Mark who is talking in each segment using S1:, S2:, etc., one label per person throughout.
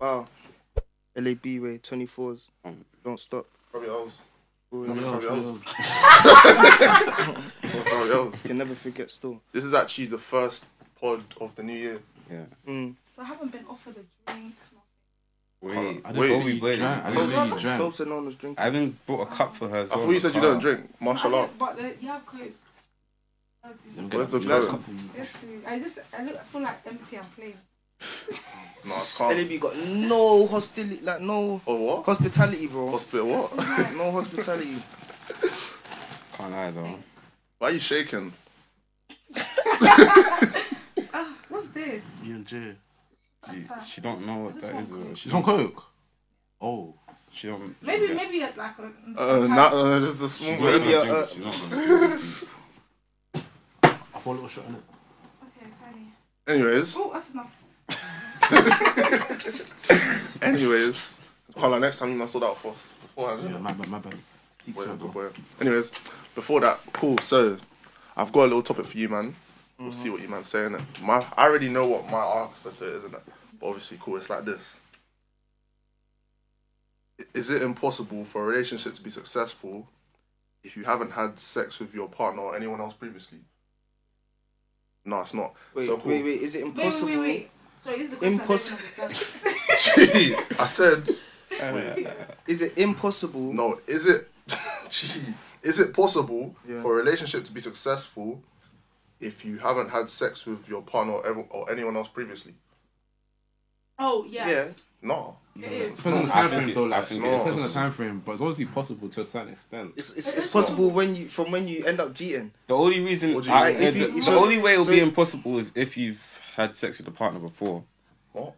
S1: Wow. LAB way, 24s.
S2: Mm.
S1: Don't stop.
S3: Probably O's.
S1: Always.
S4: Mm.
S3: Probably O's.
S1: Can never forget still.
S3: This is actually the first pod of the new year.
S2: Yeah.
S1: Mm.
S5: So I haven't been offered a drink.
S2: Wait,
S4: I just
S2: wait.
S4: know you
S2: wait.
S4: drank. I
S2: I,
S4: just know you
S1: Told-
S4: drank.
S1: told said no one was drinking.
S2: I even bought a cup for her. As
S3: I
S2: well
S3: thought you
S2: in
S3: said
S2: the
S3: you
S2: car.
S3: don't drink. Mashallah.
S5: But the, you have code. I do.
S3: Where's the
S4: Last
S3: code?
S4: couple of weeks.
S5: Yes, please. I just I look I feel like empty and plain.
S3: No, I can't.
S1: LAB got no hostility, like no
S3: Or what?
S1: hospitality, bro.
S3: Hospital what?
S1: no hospitality.
S2: Can't lie though.
S3: Why are you shaking?
S5: Ah, what's this?
S4: You and Jay.
S2: She, she don't know what that is. Or she
S4: She's on
S2: don't.
S4: coke. Oh.
S2: She don't. she
S5: Maybe
S2: don't get-
S5: maybe it's like a.
S3: Uh, not, uh, just a
S2: She's
S3: small
S2: not
S3: one.
S2: gonna
S1: maybe,
S2: do
S1: uh,
S2: it, she's not gonna do it.
S4: I bought a little shot in it.
S5: Okay, sorry.
S3: Anyways,
S5: Oh, that's enough.
S3: anyways. Carla, next time you must sort that out for us. Beforehand,
S4: Yeah, my bad, my bad. Keep
S3: Whatever,
S4: sober.
S3: whatever. Anyways, before that, cool. So, I've got a little topic for you, man. We'll
S1: Mm-hmm.
S3: see what you man's saying. My, I already know what my answer to it is, isn't it? But obviously, cool. It's like this: I- Is it impossible for a relationship to be successful if you haven't had sex with your partner or anyone else previously? No, it's not.
S1: Wait,
S3: so cool.
S1: wait, wait. Is it
S5: Wait, wait,
S1: impossible?
S5: wait, wait. So is the question
S1: Impossible.
S5: I don't understand.
S3: Gee, I said
S1: Um, Is it impossible?
S3: no. Is it? Gee, is it possible
S1: Yeah.
S3: for a relationship to be successful if you haven't had sex with your partner or, ever, or anyone else previously?
S5: Oh yes.
S3: No.
S5: It is.
S4: Depends on the
S2: I
S4: time
S2: think
S4: frame
S2: it-
S4: though,
S2: I
S4: like,
S2: think
S3: it
S4: depends on the
S3: is.
S4: time frame, but it's obviously possible to a certain extent.
S1: It's, it's, it's possible when you from when you end up cheating.
S2: The only reason,
S3: What do you
S2: I,
S3: mean?
S2: uh,
S1: If you-
S2: the, the
S1: so-
S2: only way it'll
S1: so-
S2: be impossible is if you've had sex with a partner before.
S4: What?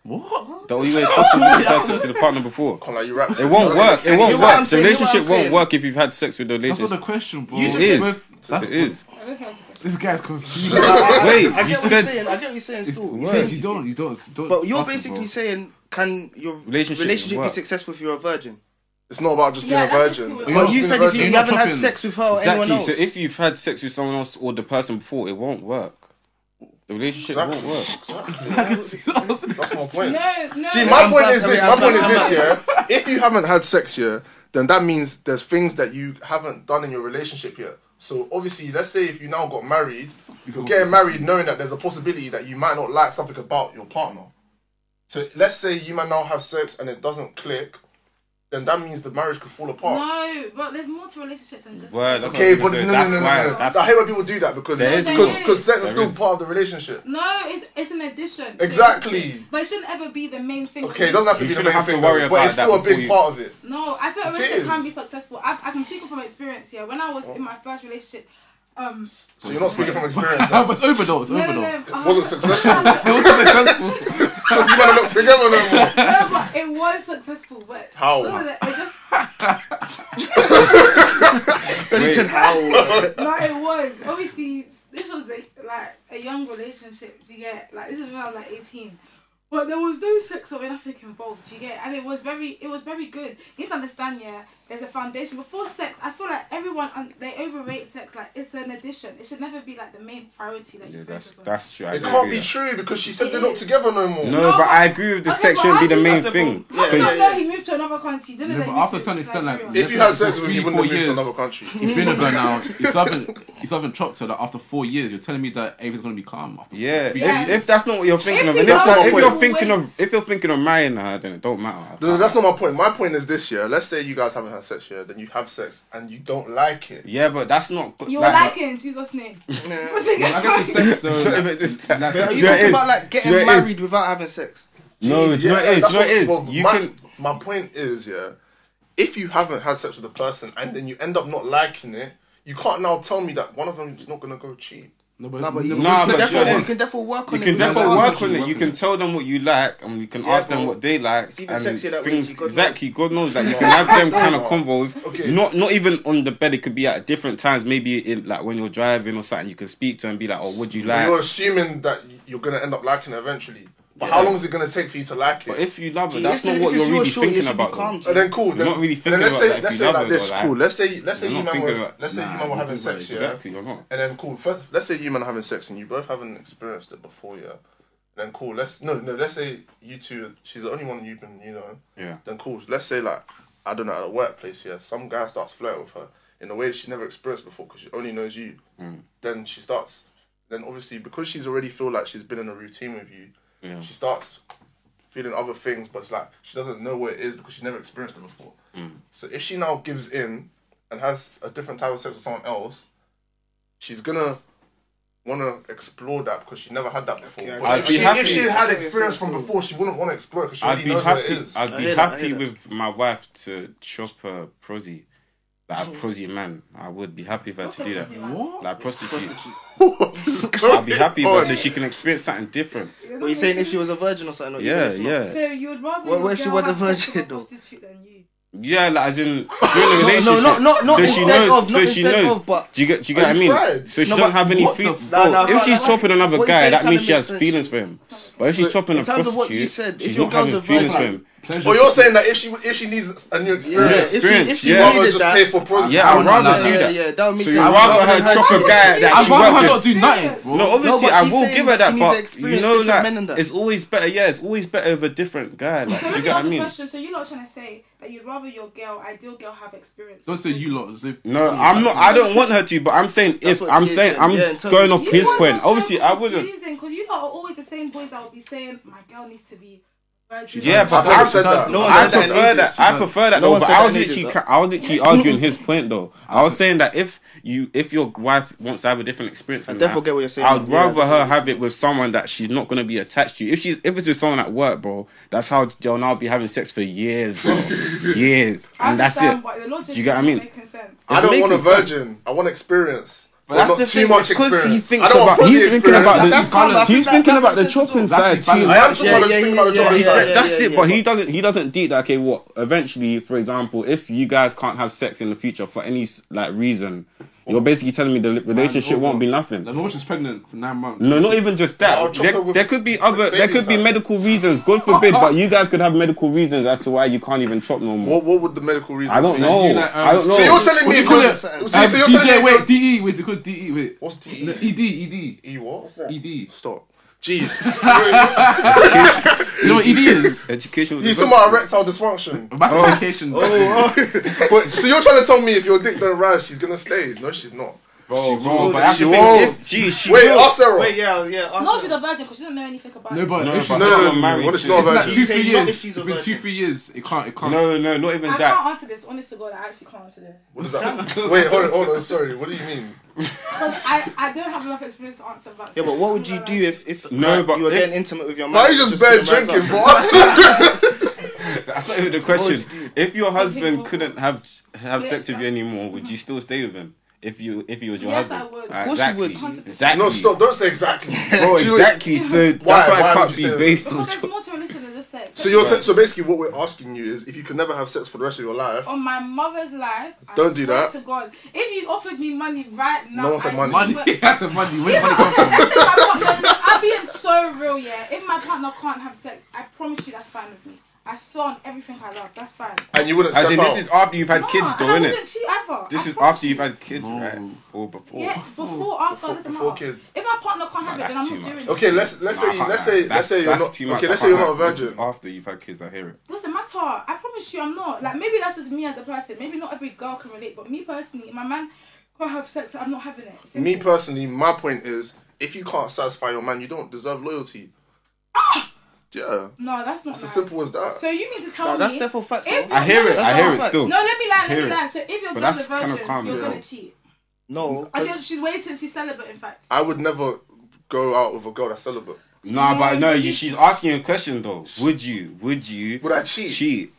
S2: The only way it's possible is if you've had sex with a partner before.
S3: Can't like you rap.
S2: It won't work. It
S1: You
S2: won't
S1: know what I'm
S2: work. The
S1: saying? You know what
S2: relationship
S1: I'm
S2: won't
S1: saying?
S2: work if you've had sex with the
S4: That's not
S2: relationship.
S4: the question, bro.
S1: You
S2: It
S1: just
S2: is.
S4: Both- that's-
S2: It is.
S4: This guy's confused.
S2: Wait,
S1: I
S2: you
S1: get what you're
S2: said
S1: saying. I get what you're saying. Still,
S4: You
S1: You're
S4: said
S1: saying-
S4: you don't, you don't, don't
S1: but you're
S4: possible.
S1: basically saying, can your
S2: Relationship
S1: relationship, be
S2: work.
S1: successful if you're a virgin?
S3: It's not about just being
S5: Yeah,
S3: a
S5: that is
S3: virgin.
S5: cool.
S3: It's
S5: But
S1: But
S3: not just
S1: you
S3: being
S1: said
S3: a
S1: if you,
S3: virgin.
S4: You're not
S1: haven't had
S4: chopping.
S1: sex with her or anyone
S2: exactly.
S1: else,
S2: So if you've had sex with someone else or the person before, it won't work. The relationship
S3: Exactly.
S2: won't work.
S3: That's my point.
S5: No, no.
S3: See, my
S1: I'm
S3: point
S1: back,
S3: is
S1: I'm
S3: this. My
S1: back,
S3: point is
S1: I'm
S3: this. Yeah, if you haven't had sex yet, then that means there's things that you haven't done in your relationship yet. So obviously, let's say if you now got married, you're getting married knowing that there's a possibility that you might not like something about your partner. So let's say you might now have sex and it doesn't click, then that means the marriage could fall apart.
S5: No, but there's more to relationships than just.
S2: Word, that's
S3: Okay,
S2: what I'm gonna
S3: but no,
S2: say. that's
S3: no, no, no,
S2: why.
S3: no.
S2: That's
S3: I hate when people do that because
S2: There is
S3: because
S5: more.
S3: because sex is
S2: There
S3: still
S2: is.
S3: part of the relationship.
S5: No, it's it's an addition. to
S3: Exactly.
S5: relationship. But it shouldn't ever be the main thing.
S3: Okay, it doesn't have to
S2: You
S3: be the
S2: shouldn't
S3: main
S2: have to
S3: thing,
S2: worry
S3: though, but
S2: about
S3: it's
S2: that
S3: still a
S2: before
S3: big
S2: you-
S3: part of it.
S5: No, I feel a
S3: It
S5: relationship can
S3: is.
S5: be successful. I, I can speak from experience. Yeah, when I was in my first relationship, um,
S3: So you're not speaking from experience.
S4: but it's over though, it's
S5: no,
S4: over
S5: no,
S4: though.
S5: no, uh,
S3: Wasn't successful
S4: It wasn't successful.
S3: because you never looked together no more.
S5: no, but it was successful. But
S3: How?
S5: No, no, no, it just
S1: then he said how?
S5: no, it was obviously this was a, like a young relationship. Do you get like this is when I was like eighteen, but there was no sex or anything involved. Do you get and it was very it was very good. You need to understand, yeah. There's a foundation before sex. I feel like everyone um, they overrate sex. Like it's an addition. It should never be like the main priority that
S2: yeah,
S5: you
S2: that's
S5: focus on.
S2: that's true. I
S3: It
S2: agree
S3: can't
S2: with
S3: be
S2: that.
S3: true because she said they're not together no more.
S2: No,
S5: No,
S2: but
S5: but-
S2: I agree with the
S5: Okay,
S2: sex
S5: but
S2: shouldn't be the
S5: how do you-
S2: main
S1: That's the
S2: thing.
S1: problem. Yeah,
S5: No,
S1: yeah,
S2: Because
S1: yeah.
S5: no, he moved to another country. Didn't
S4: Yeah,
S5: they
S4: but
S5: move
S4: after
S5: to
S4: a certain extent, like,
S5: Nigeria?
S3: If
S4: Let's
S3: you
S4: say
S3: had sex
S4: for
S3: with him, you
S4: three,
S3: wouldn't have
S4: four
S3: moved to
S4: years.
S3: another country.
S4: You've been with her now. You still haven't, you still haven't chopped her. Like, after four years, you're telling me that everything's gonna be calm. After
S2: yeah,
S4: three
S2: if,
S5: Yes.
S2: if that's not what you're thinking
S5: If
S2: of, and
S5: you
S2: if,
S3: don't
S2: if you're
S3: wait.
S2: thinking of if you're thinking of marrying her, then it don't matter.
S3: No, no, that's not my point. My point is this year. Let's say you guys haven't had sex yet, then you have sex and you don't like it.
S2: yeah, but that's not.
S5: You're liking in Jesus' name.
S4: Well, I guess with sex though. like,
S2: This-
S4: like,
S1: Are you
S2: Yeah, it
S1: talking
S2: is.
S1: about like getting
S2: Yeah, it is.
S1: married without having sex?
S2: No, it's
S3: Yeah,
S2: not. It's
S3: that's
S2: not.
S3: what-
S2: Is
S3: well,
S2: you
S3: my,
S2: can.
S3: My point is, yeah, if you haven't had sex with a person and then you end up not liking it, you can't now tell me that one of them is not gonna go cheat.
S4: No, but,
S1: Nah, but you,
S4: no,
S1: you
S2: Nah,
S1: can
S2: but
S1: therefore-
S2: sure.
S1: you can therefore work on it.
S2: You can
S1: with your
S2: definitely
S4: that's
S1: partner.
S2: work
S4: what
S2: on
S4: you
S2: it. You
S4: work
S2: can
S4: on.
S2: tell them what you like, and you can
S1: Yeah,
S2: ask them
S1: bro.
S2: what they like.
S1: It's even
S2: and
S1: sexier that way,
S2: things-
S1: God knows.
S2: exactly. God knows that you can have them kind of convos.
S3: Okay.
S2: Not not even on the bed. It could be at different times. Maybe in, like when you're driving or something, you can speak to her and be like, "Oh, would you like?"
S3: You're assuming that you're gonna end up liking it eventually. But how long is it gonna take for you to like
S2: But
S3: it?
S2: if you love her,
S1: Gee,
S2: that's
S1: listen,
S2: not what
S1: if
S2: you're
S1: it's your
S2: really
S1: shorty, it
S2: thinking
S1: should be
S2: about.
S1: calm
S2: though.
S1: to
S3: And Oh, then cool.
S2: You're
S3: Then,
S2: not really thinking
S3: then let's
S2: about
S3: say,
S2: that if
S3: Let's
S2: you
S3: say
S2: love
S3: like
S2: it or
S3: this.
S2: like-
S3: Cool. Let's say let's say
S2: You're
S3: you
S2: not
S3: man
S2: thinking
S3: were
S2: about-
S3: let's say
S4: Nah,
S3: you man were
S4: you're
S3: having
S4: thinking
S3: sex,
S4: about it,
S3: yeah.
S2: Exactly. You're not.
S3: And then cool. First, let's say you man are having sex and you both haven't experienced it before, yeah. And then cool. Let's no, no. Let's say you two. She's the only one you've been, you know.
S2: Yeah.
S3: Then cool. Let's say like I don't know at a workplace. Yeah, some guy starts flirting with her in a way she's never experienced before because she only knows you.
S2: Mm.
S3: Then she starts. Then obviously because she's already feel like she's been in a routine with you,
S2: Yeah.
S3: she starts feeling other things, but it's like she doesn't know what it is because she's never experienced it before.
S2: Mm.
S3: So if she now gives in and has a different type of sex with someone else, she's gonna want to explore that because she never had that before.
S1: Okay, I
S3: But
S2: I'd
S3: if,
S2: be
S3: she,
S2: happy-
S3: if she had
S1: Okay,
S3: experience
S1: so-
S3: from before, she wouldn't want to explore because she
S2: I'd
S3: already
S2: be
S3: knows what it
S2: happy.
S3: is.
S2: I'd
S1: I
S2: be
S1: hear that, I
S2: happy
S1: hear that.
S2: with my wife to chop her prosy, like a prosy man. I would be happy for her to do that,
S4: What?
S2: like prostitute.
S3: what is going
S2: I'd be happy with
S3: on?
S2: her so she can experience something different.
S1: What you saying if she was a virgin or something? or you
S2: Yeah,
S1: didn't fuck?
S2: yeah,
S5: So you would rather
S1: Well,
S5: your
S1: what if she
S5: girl
S1: want a
S5: have sex
S1: virgin,
S5: with a
S1: though?
S5: prostitute than you?
S2: yeah. Like as in during the relationship.
S1: No, no, not not not
S2: so she
S1: instead
S2: knows.
S1: of, not
S2: so she
S1: instead
S2: knows.
S1: of, but
S2: do you get? Do you
S3: Are
S2: get what I
S3: you
S2: mean?
S3: fried?
S2: So she
S1: No,
S2: don't
S1: but
S2: have any
S1: what
S2: feelings.
S4: the
S1: No, no,
S2: if
S1: no,
S2: she's
S1: no.
S2: chopping another
S1: What you
S2: guy,
S1: said
S2: that
S1: kinda
S2: means she
S1: makes
S2: has
S1: sense.
S2: feelings for him. But if she's
S3: So,
S2: chopping
S1: in
S2: a
S1: terms of what you
S2: prostitute,
S1: said, if
S2: she's
S1: your
S2: not
S1: girl's
S2: having
S1: a
S2: feelings for
S1: virgin-
S2: him.
S4: Pleasure.
S3: Well, Oh, you're saying that if she if she needs a new
S1: yeah,
S3: experience,
S1: if you
S2: experience,
S1: if you
S2: yeah.
S3: rather
S1: needed
S3: just
S1: that,
S3: pay for prostitutes.
S2: Yeah, I'd
S4: Yeah,
S2: rather
S4: yeah,
S2: do
S1: yeah,
S2: that.
S1: yeah, that would make
S2: so
S1: sense.
S2: you'd
S1: I'd
S2: rather
S1: rather
S2: her
S1: have-
S2: chop a guy that
S4: I'd
S2: she
S4: rather
S2: works
S4: her
S2: with.
S4: not do nothing, bro.
S2: No, obviously
S1: but
S2: I
S1: she's
S2: will
S1: saying
S2: give her that,
S1: she needs to
S2: but you
S1: experience
S2: know,
S1: different
S2: like
S1: men and that.
S2: it's always better. Yeah, it's always better with a different guy. Like,
S5: So
S2: you
S5: let
S2: get
S5: me
S2: what I
S5: ask a
S2: mean?
S5: question. So you're not trying to say that you'd rather your girl, ideal girl, have experience?
S4: Don't say you lot. Say,
S2: No, I'm not. I don't want her to. But I'm saying
S1: That's
S2: if
S1: what
S2: I'm
S1: Jay
S2: saying
S1: said,
S2: I'm
S1: yeah, in terms
S2: going
S1: of-
S2: off his point. Obviously, I wouldn't.
S5: Because you lot are always the same boys that will be saying, "My girl needs to be." Virgin.
S2: Yeah,
S3: I've
S2: but
S3: never
S2: I
S3: said that.
S4: No one
S2: I
S4: said that in
S2: prefer that. I prefer
S1: No
S2: that though.
S1: one
S2: But
S1: said
S2: I
S1: that
S2: was
S1: in ages,
S2: literally,
S1: though.
S2: ca- I was literally arguing his point though. I was saying that if you, if your wife wants to have a different experience,
S1: I
S2: than
S1: definitely
S2: that,
S1: get what you're saying,
S2: I'd
S1: yeah.
S2: rather her have it with someone that she's not gonna be attached to. If she's, if it's with someone at work, bro, that's how they'll now be having sex for years, bro. years,
S5: I
S2: and that's
S5: understand,
S2: it.
S5: But the logic
S2: You get what I mean?
S5: isn't Making sense.
S3: I don't
S2: It's
S3: want a
S2: making
S3: virgin. I want experience. But,
S2: that's
S3: not
S2: the
S3: too
S2: thing,
S3: much
S2: it's 'cause he
S3: experience.
S2: thinks
S3: I don't
S2: about-
S3: want pussy
S2: he's thinking
S3: experience.
S2: about the-
S3: that's
S1: calm, I think
S2: He's
S1: that-
S2: thinking
S1: that
S2: about the
S1: makes sense as
S2: chopping
S1: well.
S2: side
S4: That's the
S2: too.
S4: balance.
S3: I am
S1: Yeah,
S3: someone that's
S1: yeah,
S3: thinking about the
S1: yeah,
S3: job
S1: yeah,
S3: inside.
S1: yeah.
S2: that's it. But he doesn't. He doesn't deep that. Okay, what? Eventually, for example, if you guys can't have sex in the future for any s- like reason, you're basically telling me the relationship
S4: hold
S2: won't
S4: on.
S2: be nothing.
S4: the woman she's pregnant for nine months.
S2: No, not even just that.
S3: I'll chop
S2: there,
S3: her with-
S2: there could be other.
S3: with
S2: There could be
S3: babies, huh?
S2: medical reasons. God forbid, but you guys could have medical reasons as to why you can't even chop no more.
S3: What, what would the medical reason
S2: I don't
S3: be?
S2: know.
S4: You like, um,
S2: I don't know.
S3: So you're
S4: What
S3: telling
S4: do
S3: me
S4: you call it?
S3: so
S4: Um,
S3: you're telling me
S4: DJ,
S3: if
S4: wait,
S3: you're-
S4: DE, wait, it's called DE, wait.
S3: What's DE?
S4: No, ED, ED,
S3: E what?
S4: ED.
S3: Stop. Jeez.
S4: You know what ED is?
S2: Education.
S3: He's talking about erectile dysfunction.
S4: Massive medication.
S3: Oh, oh. But- so you're trying to tell me if your dick don't rise, she's gonna stay? No, she's not.
S2: bro,
S4: won't.
S2: bro, but that's
S3: She
S2: the thing.
S3: won't.
S2: If- Gee, she
S3: Wait,
S2: will.
S3: ask Sarah.
S1: Wait, yeah, yeah. ask
S5: Not if
S1: her.
S5: she's a virgin because she doesn't know anything about
S4: No,
S5: it.
S4: but
S2: No,
S4: if she's
S2: but-
S3: No,
S4: not,
S3: no,
S2: not
S3: no,
S2: married
S3: no. When it's
S2: to-
S3: not a
S4: like
S3: virgin.
S4: two,
S1: She's
S4: three
S1: saying not
S4: years,
S1: if she's a
S4: it's been two,
S1: virgin.
S4: three years, it can't, it can't.
S2: No, no, not even
S5: I
S2: that.
S5: can't answer this. Honest to God, I actually can't answer this
S3: What is that? Wait, hold on, hold on. Sorry, what do you mean?
S5: because I, I don't have enough experience to answer about.
S1: Yeah, but what would you do if if
S2: No,
S1: like,
S2: but
S1: you were
S2: if-
S1: getting intimate with your man?
S3: Why are you just bare
S1: to rise
S3: drinking,
S1: up?
S3: bro? Ask-
S2: That's not even the question. If your husband couldn't have have
S5: Yeah,
S2: sex with you
S5: that's-
S2: anymore, would you still stay with him? If you if he was your
S5: Yes,
S2: husband,
S5: I would. Of
S2: Ah,
S1: course you
S2: exactly,
S5: would.
S2: exactly.
S3: No, stop. Don't say exactly.
S2: Bro,
S3: She was-
S2: exactly. So that's
S3: Why-
S2: why,
S3: why
S2: it
S3: would
S2: can't
S3: you
S2: be
S3: say
S2: based on.
S5: Because there's more to religion than just sex.
S3: So you're sa- so basically what we're asking you is if you can never have sex for the rest of your life.
S1: Oh
S5: on my mother's life. I
S3: Don't do
S5: swear
S3: that.
S5: To God, if you offered me money right now,
S3: No one said
S5: I
S3: money.
S4: Money.
S5: swear-
S4: That's the money. Where
S5: If
S4: did money come
S5: my-
S4: from?
S5: if my partner- I'm being so real, yeah. If my partner can't have sex, I promise you that's fine with me. I saw on everything I love, that's fine.
S3: And you wouldn't
S2: As
S3: step
S2: in,
S3: out.
S2: this is after you've had
S5: Nah,
S2: kids, though,
S5: and I
S2: innit?
S5: wasn't cheat either.
S2: This
S5: I
S2: is
S5: promise
S2: after
S5: you.
S2: you've had kids,
S4: No.
S2: right? Or before?
S5: Yeah, before, after,
S3: Before-
S5: doesn't
S3: before
S5: matter.
S3: kids.
S5: If my partner can't have
S2: Nah,
S5: it,
S2: that's
S5: then I'm
S2: too
S5: not doing
S2: much.
S5: it.
S3: Okay, let's let's
S2: Nah, I
S3: say
S2: can't
S3: let's
S2: lie.
S3: say
S2: That's-
S3: let's say you're
S2: that's
S3: not
S2: too much.
S3: okay.
S2: I
S3: Let's say you're
S2: can't
S3: not a
S2: lie. If it's
S3: virgin.
S2: After you've had kids, I hear it.
S5: Doesn't matter. I promise you, I'm not. Like maybe that's just me as a person. Maybe not every girl can relate, but me personally, if my man can't have sex. I'm not having it.
S3: Me
S5: Simple.
S3: personally, my point is, if you can't satisfy your man, you don't deserve loyalty.
S1: Ah!
S3: Yeah,
S5: No, that's not.
S3: it's as
S5: nice.
S3: simple as that.
S5: So you mean to tell
S1: Nah,
S5: me?
S1: that's therefore facts.
S5: If
S1: though.
S2: I hear it.
S1: That's
S2: I
S1: not
S2: hear
S1: a
S2: it
S1: fact.
S2: still.
S5: No, let me lie. Let
S2: Hear
S5: me
S2: it.
S5: lie. So if your
S2: But
S5: girl's a
S2: that's kind
S5: virgin,
S2: of calm,
S5: you're
S2: yeah.
S5: gonna cheat.
S1: No,
S5: And she's, she's waiting. She's celibate, in fact.
S3: I would never go out with a girl that's celibate.
S2: Nah, but no,
S5: but
S2: you,
S5: you-
S2: she's asking a question though. Would you? Would you?
S3: Would I cheat?
S2: Cheat?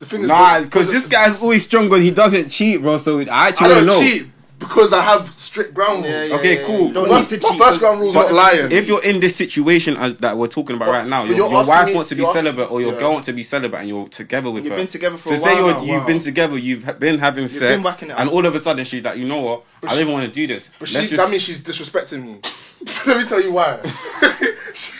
S3: The thing
S2: Nah,
S3: but-
S2: because this guy's always strong when he doesn't cheat, bro. So I
S3: I
S2: actually
S3: don't
S2: know.
S3: cheat because I have strict ground rules.
S1: Yeah, yeah,
S2: Okay,
S1: yeah, yeah.
S2: cool.
S1: You don't
S3: My,
S1: need to
S3: my
S1: cheat,
S3: first
S1: 'cause-
S3: ground rule's not lying.
S2: If you're in this situation as, that we're talking about
S3: But-
S2: right now, your,
S3: but you're
S2: your
S3: asking
S2: wife
S3: me-
S2: wants to be
S3: you're asking-
S2: celibate or your
S3: yeah.
S2: girl wants to be celibate and you're together with
S1: You've
S2: her.
S1: been together for
S2: so
S1: a
S2: say
S1: while
S2: you're,
S1: now.
S2: you've been together, you've ha- been having
S1: been
S2: sex,
S1: whacking it
S2: and
S1: out.
S2: all of a sudden she's like, you know what? I don't even want to do this.
S3: But she,
S2: Let's
S3: that
S2: just-
S3: means she's disrespecting me. Let me tell you why. she,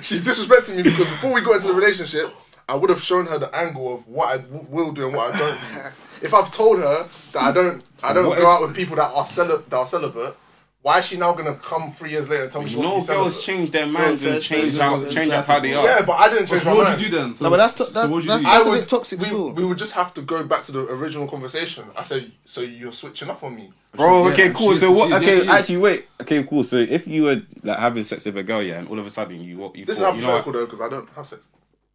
S3: she's disrespecting me because before we got into the relationship, I would have shown her the angle of what I w- will do and what I don't do. If I've told her that I don't, I don't
S2: What
S3: go
S2: if-
S3: out with people that are celib- that are celibate, Why is she now gonna come three years later and tell me she
S2: You know,
S3: wants to be celibate?
S2: girls change their minds and
S1: that's-
S2: change
S1: that's-
S2: out,
S1: that's-
S2: change out
S1: that's-
S2: how they are.
S3: Yeah, but I didn't change
S4: So
S3: my
S4: what
S3: mind.
S4: would you do then? So,
S1: No, but that's to- that-
S4: so what would you
S1: that's-
S4: do?
S1: I
S3: I
S1: That's a
S3: would,
S1: bit toxic
S3: we,
S1: still.
S3: we would just have to go back to the original conversation. I said, so you're switching up on me.
S2: Bro,
S4: Yeah,
S2: okay,
S4: and
S2: cool.
S4: she is-
S2: So what?
S4: she is- yeah,
S2: okay,
S4: she is.
S2: actually, wait. Okay, cool. So if you were like having sex with a girl, yeah, and all of a sudden you what you
S3: This
S2: thought,
S3: is
S2: you know,
S3: hypothetical though, because I don't have sex.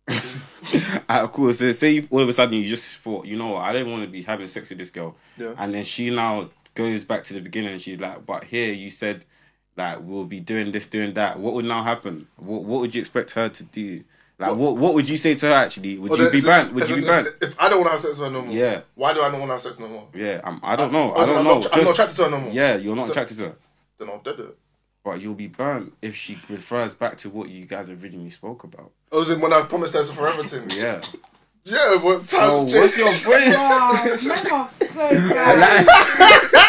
S2: what? Alright, cool. So say you, all of a sudden you just thought, you know, what, I don't want to be having sex with this girl,
S3: Yeah.
S2: and then she now goes back to the beginning and she's like, but here you said, like we'll be doing this, doing that. What would now happen? What What would you expect her to do? Like what What would you say to her? Actually, would
S3: Well,
S2: you
S3: then
S2: be
S3: is it-
S2: banned? Would
S3: is
S2: you
S3: it-
S2: be
S3: is it-
S2: banned?
S3: If I don't want to have sex with her no more,
S2: Yeah.
S3: Why do I not want to have sex no more?
S2: Yeah, I'm, I don't know. I
S3: Uh, Also,
S2: don't
S3: I'm
S2: know.
S3: not- I'm not
S2: Just-
S3: attracted to her no more.
S2: Yeah, you're not attracted to her.
S3: Then I'll dead it.
S2: But you'll be burnt if she refers back to what you guys originally spoke about.
S3: Oh, is it when I promised her for everything?
S2: Yeah.
S3: Yeah, but
S2: So
S3: times
S2: what's
S3: change.
S2: your brain? nah,
S5: Wow, men are so bad.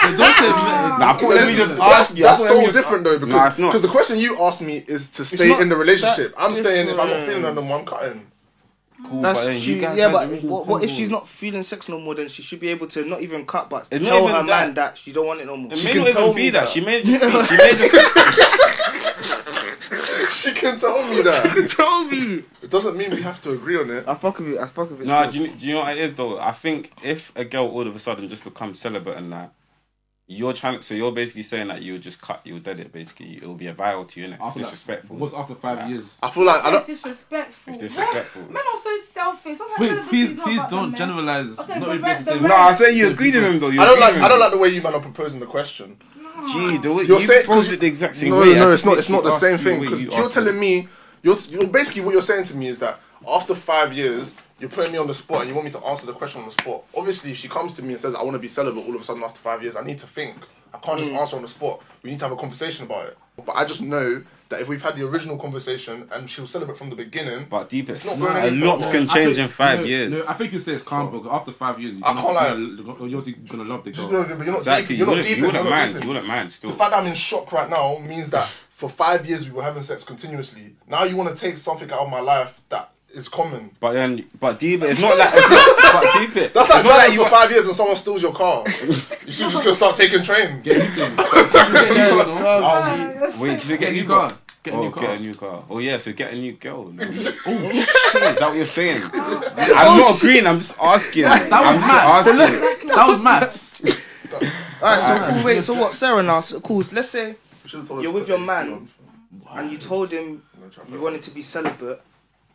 S4: They don't say men-
S2: I thought
S3: That's-
S2: we just
S3: that's,
S2: asked you. I
S3: that's
S2: thought
S3: so
S2: we just-
S3: different though because
S2: Nah, it's not.
S3: because the question you asked me is to stay
S1: not
S3: in the relationship.
S1: that
S3: I'm saying if I'm not
S1: different.
S3: feeling her no more, I'm cutting.
S2: Cool,
S1: That's
S2: but then
S1: true.
S2: you guys
S1: yeah,
S2: had the
S1: but
S2: original
S1: what, what if
S2: plan.
S1: she's not feeling sex no more? Then she should be able to not even cut, but
S2: It's not
S1: tell
S2: even
S1: her man
S2: that.
S1: that she don't want it no more.
S2: It
S1: She
S2: may
S1: can
S2: not
S1: tell
S2: even
S1: me
S2: be that.
S1: that.
S2: She may just be. She may just.
S3: She can tell me that.
S1: tell me.
S3: it doesn't mean we have to agree on it.
S1: I fuck with it. I fuck with it.
S2: Nah,
S1: still.
S2: do you, do you know what it is though? I think if a girl all of a sudden just becomes celibate and that, you're trying. So you're basically saying that you'll just cut, you'll dead it. Basically, it'll be a viral to you, and it's
S4: after that-
S2: disrespectful.
S4: What's after five
S2: Nah.
S4: years?
S3: I feel like I
S5: So
S3: don't.
S5: disrespectful.
S2: It's disrespectful.
S5: What? Men are so selfish. Sometimes
S4: Wait,
S5: celibacy
S4: please,
S5: is not
S4: please
S5: about the
S4: don't
S5: men.
S4: generalize.
S5: Okay,
S4: Not
S5: the
S4: everybody's the
S5: re- the
S4: same.
S5: re-
S2: No, I say you agree to them though. You're
S3: I don't like.
S2: agreeing
S3: I
S2: with
S3: don't
S2: them.
S3: like the way you man are proposing the question.
S2: Gee, the way
S3: You're
S2: you
S3: saying-
S2: posed it the exact same
S3: no,
S2: way. I
S3: No, no,
S2: just
S3: it's not.
S2: think
S3: It's not
S2: you
S3: the
S2: asked
S3: same
S2: the
S3: thing
S2: way
S3: because
S2: you
S3: you're
S2: asked it.
S3: telling me you're, you're basically what you're saying to me is that after five years you're putting me on the spot and you want me to answer the question on the spot. Obviously, if she comes to me and says I want to be celibate all of a sudden after five years, I need to think. I can't
S2: Mm.
S3: just answer on the spot. We need to have a conversation about it. But I just know that if we've had the original conversation and she was celibate from the beginning,
S2: But deep, it's
S3: not
S2: not
S3: going
S2: a
S3: any
S2: lot
S3: further.
S2: can
S4: I
S2: change in
S4: think-
S2: five
S4: no,
S2: years.
S4: No, I think you say it's calm, but after five years, you're
S3: I
S4: gonna,
S3: can't
S4: you're gonna- you're obviously gonna love the
S3: Just
S4: girl.
S3: know that you're not
S2: exactly.
S3: deep. You're
S2: you
S3: not
S2: wouldn't,
S3: deep.
S2: you wouldn't
S3: you're not
S2: mind.
S3: deep.
S2: You wouldn't mind
S3: The
S2: still.
S3: fact that I'm in shock right now means that for five years we were having sex continuously. Now you want to take something out of my life that is common.
S2: But then, but deep, it's not like it's not. but deep, it.
S3: That's
S2: it's
S3: like
S2: not like
S3: driving for
S2: you.
S3: five years and someone steals your car. you should just gonna start taking train.
S4: Get a new team. Get a new car.
S5: Ah,
S4: I'll-
S5: you're so-
S2: Wait, should I
S4: Get
S2: get
S4: a new
S2: car?
S4: car. Get a
S2: Oh,
S4: new car.
S2: get a new car. Oh yeah, so get a new girl. No. oh, is that what you're saying?
S5: Oh,
S2: I'm not agreeing. I'm just asking. I'm just asking.
S4: That was maps.
S1: Alright, so cool, wait, so what, Sarah now? So cool, so let's say
S3: You're
S1: you're with your man and you told him you wanted to be celibate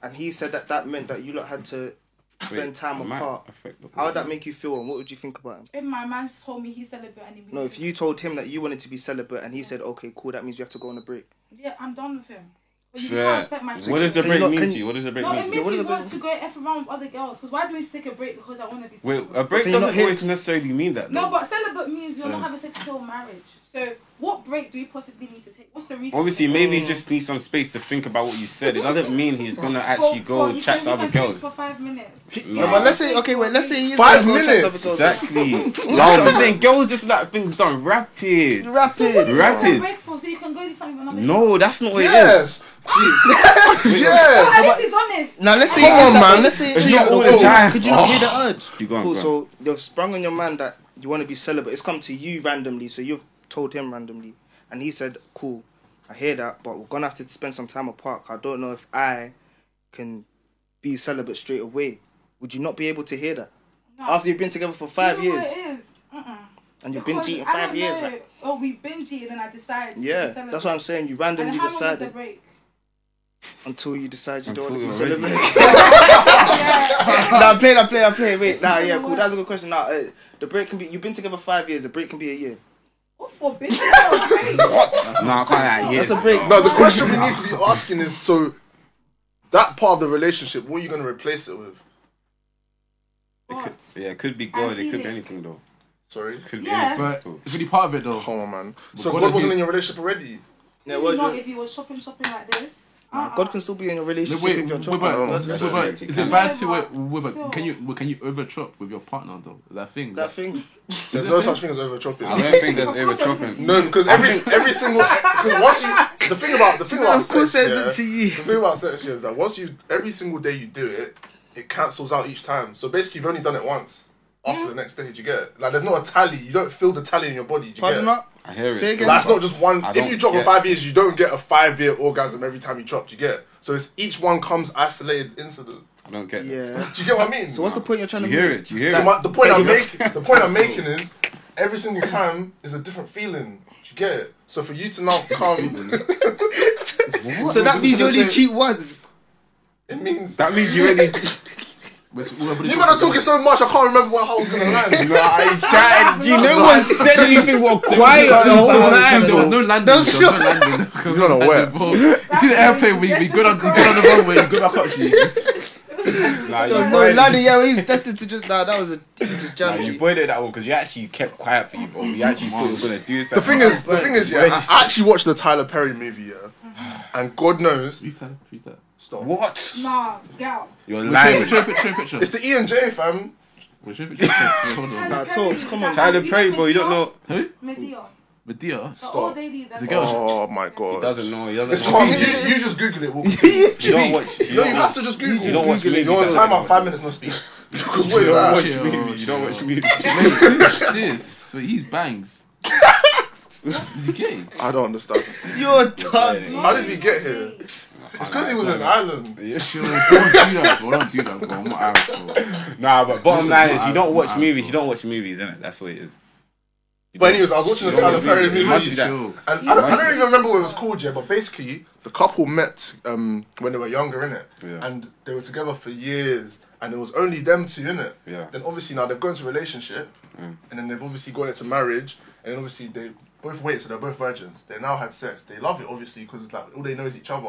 S1: and he said that that meant that you lot had to spend time
S2: It might
S1: apart.
S2: affect the-
S1: How would that make you feel and what would you think about him?
S5: If my man told me he's celibate and he
S1: No, if you told him that you wanted to be celibate and he said, okay, cool, that means you have to go on a break.
S5: Yeah, I'm done with him. But you can't
S2: Yeah.
S5: expect my
S2: What does the
S1: Can
S2: break
S1: you not-
S2: mean
S1: can
S2: to you? What does the break
S5: No, it
S2: mean to you?
S5: means
S1: What
S5: he
S1: is the-
S5: wants to go F around with other girls. Because why do we take a break because I want to be
S2: Wait,
S5: celibate?
S4: uh,
S2: a break
S1: Can you not
S2: doesn't
S1: hear-
S2: always necessarily mean that.
S5: no,
S2: though.
S5: but celibate means you're not
S2: Yeah.
S5: having sex until marriage. So what break do we possibly need to take? What's the reason?
S2: Obviously, maybe he just needs some space to think about what you said. It doesn't mean he's gonna actually
S5: Mm. For- for-
S2: go
S5: you
S2: chat
S5: can-
S2: to
S5: you
S2: other
S5: can drink
S2: girls.
S5: For five minutes.
S1: No,
S2: No.
S1: but let's say, okay, wait, let's say he is
S3: Five
S1: gonna go chat to
S3: minutes.
S1: other girls.
S2: Exactly. Now, I'm saying girls just like things done rapid.
S1: Rapid.
S5: What's the
S2: Rapid.
S5: break for? So you can go do something with another.
S2: No, that's not what it is.
S3: Yes. yes.
S5: At least he's honest.
S1: Now let's say
S3: Come
S1: he said
S3: on,
S1: that,
S3: man.
S1: but Let's say
S2: It's
S1: he-
S2: not all the
S1: could you-
S2: time.
S1: Could you not hear the urge?
S2: You go on,
S1: cool.
S2: go on.
S1: So they've sprung on your man that you want to be celibate. It's come to you randomly, so you've told him randomly, and he said, "Cool, I hear that, but we're gonna have to spend some time apart. I don't know if I can be celibate straight away. Would you not be able to hear that
S5: No.
S1: after you've been together for five
S5: You know
S1: years
S5: what it is? Uh-uh.
S1: and you've been
S5: Because
S1: cheating
S5: I
S1: five
S5: don't
S1: years?
S5: know.
S1: Like,
S5: oh, we've been cheating, and I decided.
S1: yeah,
S5: to
S1: that's what I'm saying. You randomly
S5: And how long is the
S1: decided
S5: break?
S1: until you decide you don't
S2: Until
S1: want to be
S2: you're
S1: celibate.
S2: ready.
S1: nah, play, nah, play, nah, play. Wait, nah, yeah,
S5: number
S1: cool.
S5: one.
S1: That's a good question. Nah, uh, the break can be. You've been together five years. The break can be a year.
S5: What Oh, for business? or break?
S2: No, I can't like, yeah.
S1: That's a break.
S3: No, the question we need to be asking is so that part of the relationship, what are you gonna replace it with?
S5: God.
S2: Yeah, it could be God. It could be
S5: feeling-
S2: anything though.
S3: Sorry.
S2: It could be
S5: Yeah.
S2: anything.
S4: But
S2: Still.
S4: it's really part of it though.
S3: Come on, man. So
S4: God
S3: God wasn't
S4: is-
S3: in your relationship already.
S1: Yeah,
S5: you
S1: what
S5: know,
S1: do you-
S5: if you were shopping, shopping like this.
S1: Nah,
S5: uh-uh.
S1: God can still be in a
S4: No,
S1: relationship
S4: wait,
S1: if you're
S4: wait,
S1: trying.
S4: but-
S1: God
S4: wait,
S1: can-
S2: that's-
S4: but is it bad to wait, wait,
S5: Still.
S4: but can you well, can you over chop with your partner though? Is that thing?
S1: Is that thing.
S3: There's no such thing as overchopping.
S2: I don't think there's ever
S5: it's-
S2: chopping.
S3: No, because every every single because once you the thing about the thing about
S1: Of course, there's
S3: sex,
S1: E.
S3: yeah,
S1: it to you.
S3: The thing about sex is that once you every single day you do it, it cancels out each time. So basically,
S1: Hmm?
S3: you've only done it once. After the next day, do you get it? like there's not a tally. You don't feel the tally in your body. Do you
S1: Pardon
S3: get it?
S1: up.
S2: I hear it.
S1: Say
S2: still,
S1: again?
S3: That's
S2: but
S3: not just one.
S2: I
S3: If
S2: don't
S3: you drop for
S2: get-
S3: five years, you don't get a five year orgasm every time you drop. Do you get? it? So it's each one comes isolated incident.
S2: I don't get that.
S1: Yeah.
S3: Do you get what I mean?
S1: So what's the point you're
S2: Do
S1: trying
S2: you
S1: to
S2: hear
S1: make?
S2: it? Do you hear
S3: So
S2: it?
S3: my, the point I'm making, the point I'm making is, every single time is a different feeling. Do you get it? So for you to now come,
S1: So that means you only cheat once.
S3: it means
S2: That means you only.
S3: you're gonna talk it so much. I can't remember where I was gonna land.
S2: No, I ain't trying. You know, no one said anything. We're quiet the whole time.
S4: There was no landing. There was no landing.
S3: You don't know where.
S4: Bro, You see the airplane where you be good on, you good on the runway, you go back up. She.
S2: Nah, you
S1: No, no,
S2: boy-
S1: Lani, yeah, he's destined to just. Nah, that was a. He just
S2: nah,
S1: jammed
S2: you
S1: you.
S2: boiled that one because you actually kept quiet for you, bro. You actually thought you were gonna do something.
S3: The thing is, the thing is, yeah, I actually watched the Tyler Perry movie, yeah, and God knows,
S4: You said, you said.
S3: stop.
S2: what?
S5: Nah, get out.
S2: You're
S4: Show
S2: lying.
S4: show a picture, show a picture.
S3: It's the E and J fam.
S4: Wait, show a picture. Hold on.
S1: Nah, Tobes, come on.
S2: Tyler Perry, bro. You don't know.
S4: Who?
S5: Medea.
S4: Medea.
S5: The old lady that's
S4: The girl.
S3: Oh my god.
S2: He doesn't know. He
S3: It's
S2: doesn't
S3: calm. You,
S2: know.
S3: you just Google it. We'll continue.
S2: You don't watch. You
S3: No, you
S2: don't
S3: have
S2: watch.
S3: to just Google.
S2: don't watch
S3: Google
S2: movies,
S3: it. You're on
S2: though.
S3: time out five minutes, no speak. Because what
S2: You
S3: is
S2: don't
S3: that?
S2: watch
S4: Chill,
S2: movies. You don't watch
S4: chill.
S2: movies.
S4: Wait, Oh, who's this? Wait, he's bangs. Is he gay?
S3: I don't understand.
S1: You're done.
S3: How did we get here? It's because he was in Ireland.
S4: Chill, don't do that, bro. Don't do that, bro. I'm not Irish, bro.
S2: Nah, but bottom
S4: Listen,
S2: line
S4: it's
S2: is you
S4: not
S2: don't
S4: Irish,
S2: watch
S4: bro.
S2: movies. You don't watch movies, innit? That's what it is. You
S3: But
S2: don't-
S3: anyways, I was watching the
S2: You don't
S3: Tyler
S2: watch
S3: Perry
S2: movies. You
S3: movie,
S2: must
S3: and
S2: do that.
S4: Chill.
S3: I don't, I don't even remember what it was called yet. But basically, the couple met um, when they were younger, innit?
S2: Yeah.
S3: And they were together for years, and it was only them two, innit?
S2: Yeah.
S3: Then obviously now they've gone into a relationship, and then they've obviously gone into marriage, and then obviously they both wait, so they're both virgins. They now had sex. They love it obviously because it's like all they know is each other.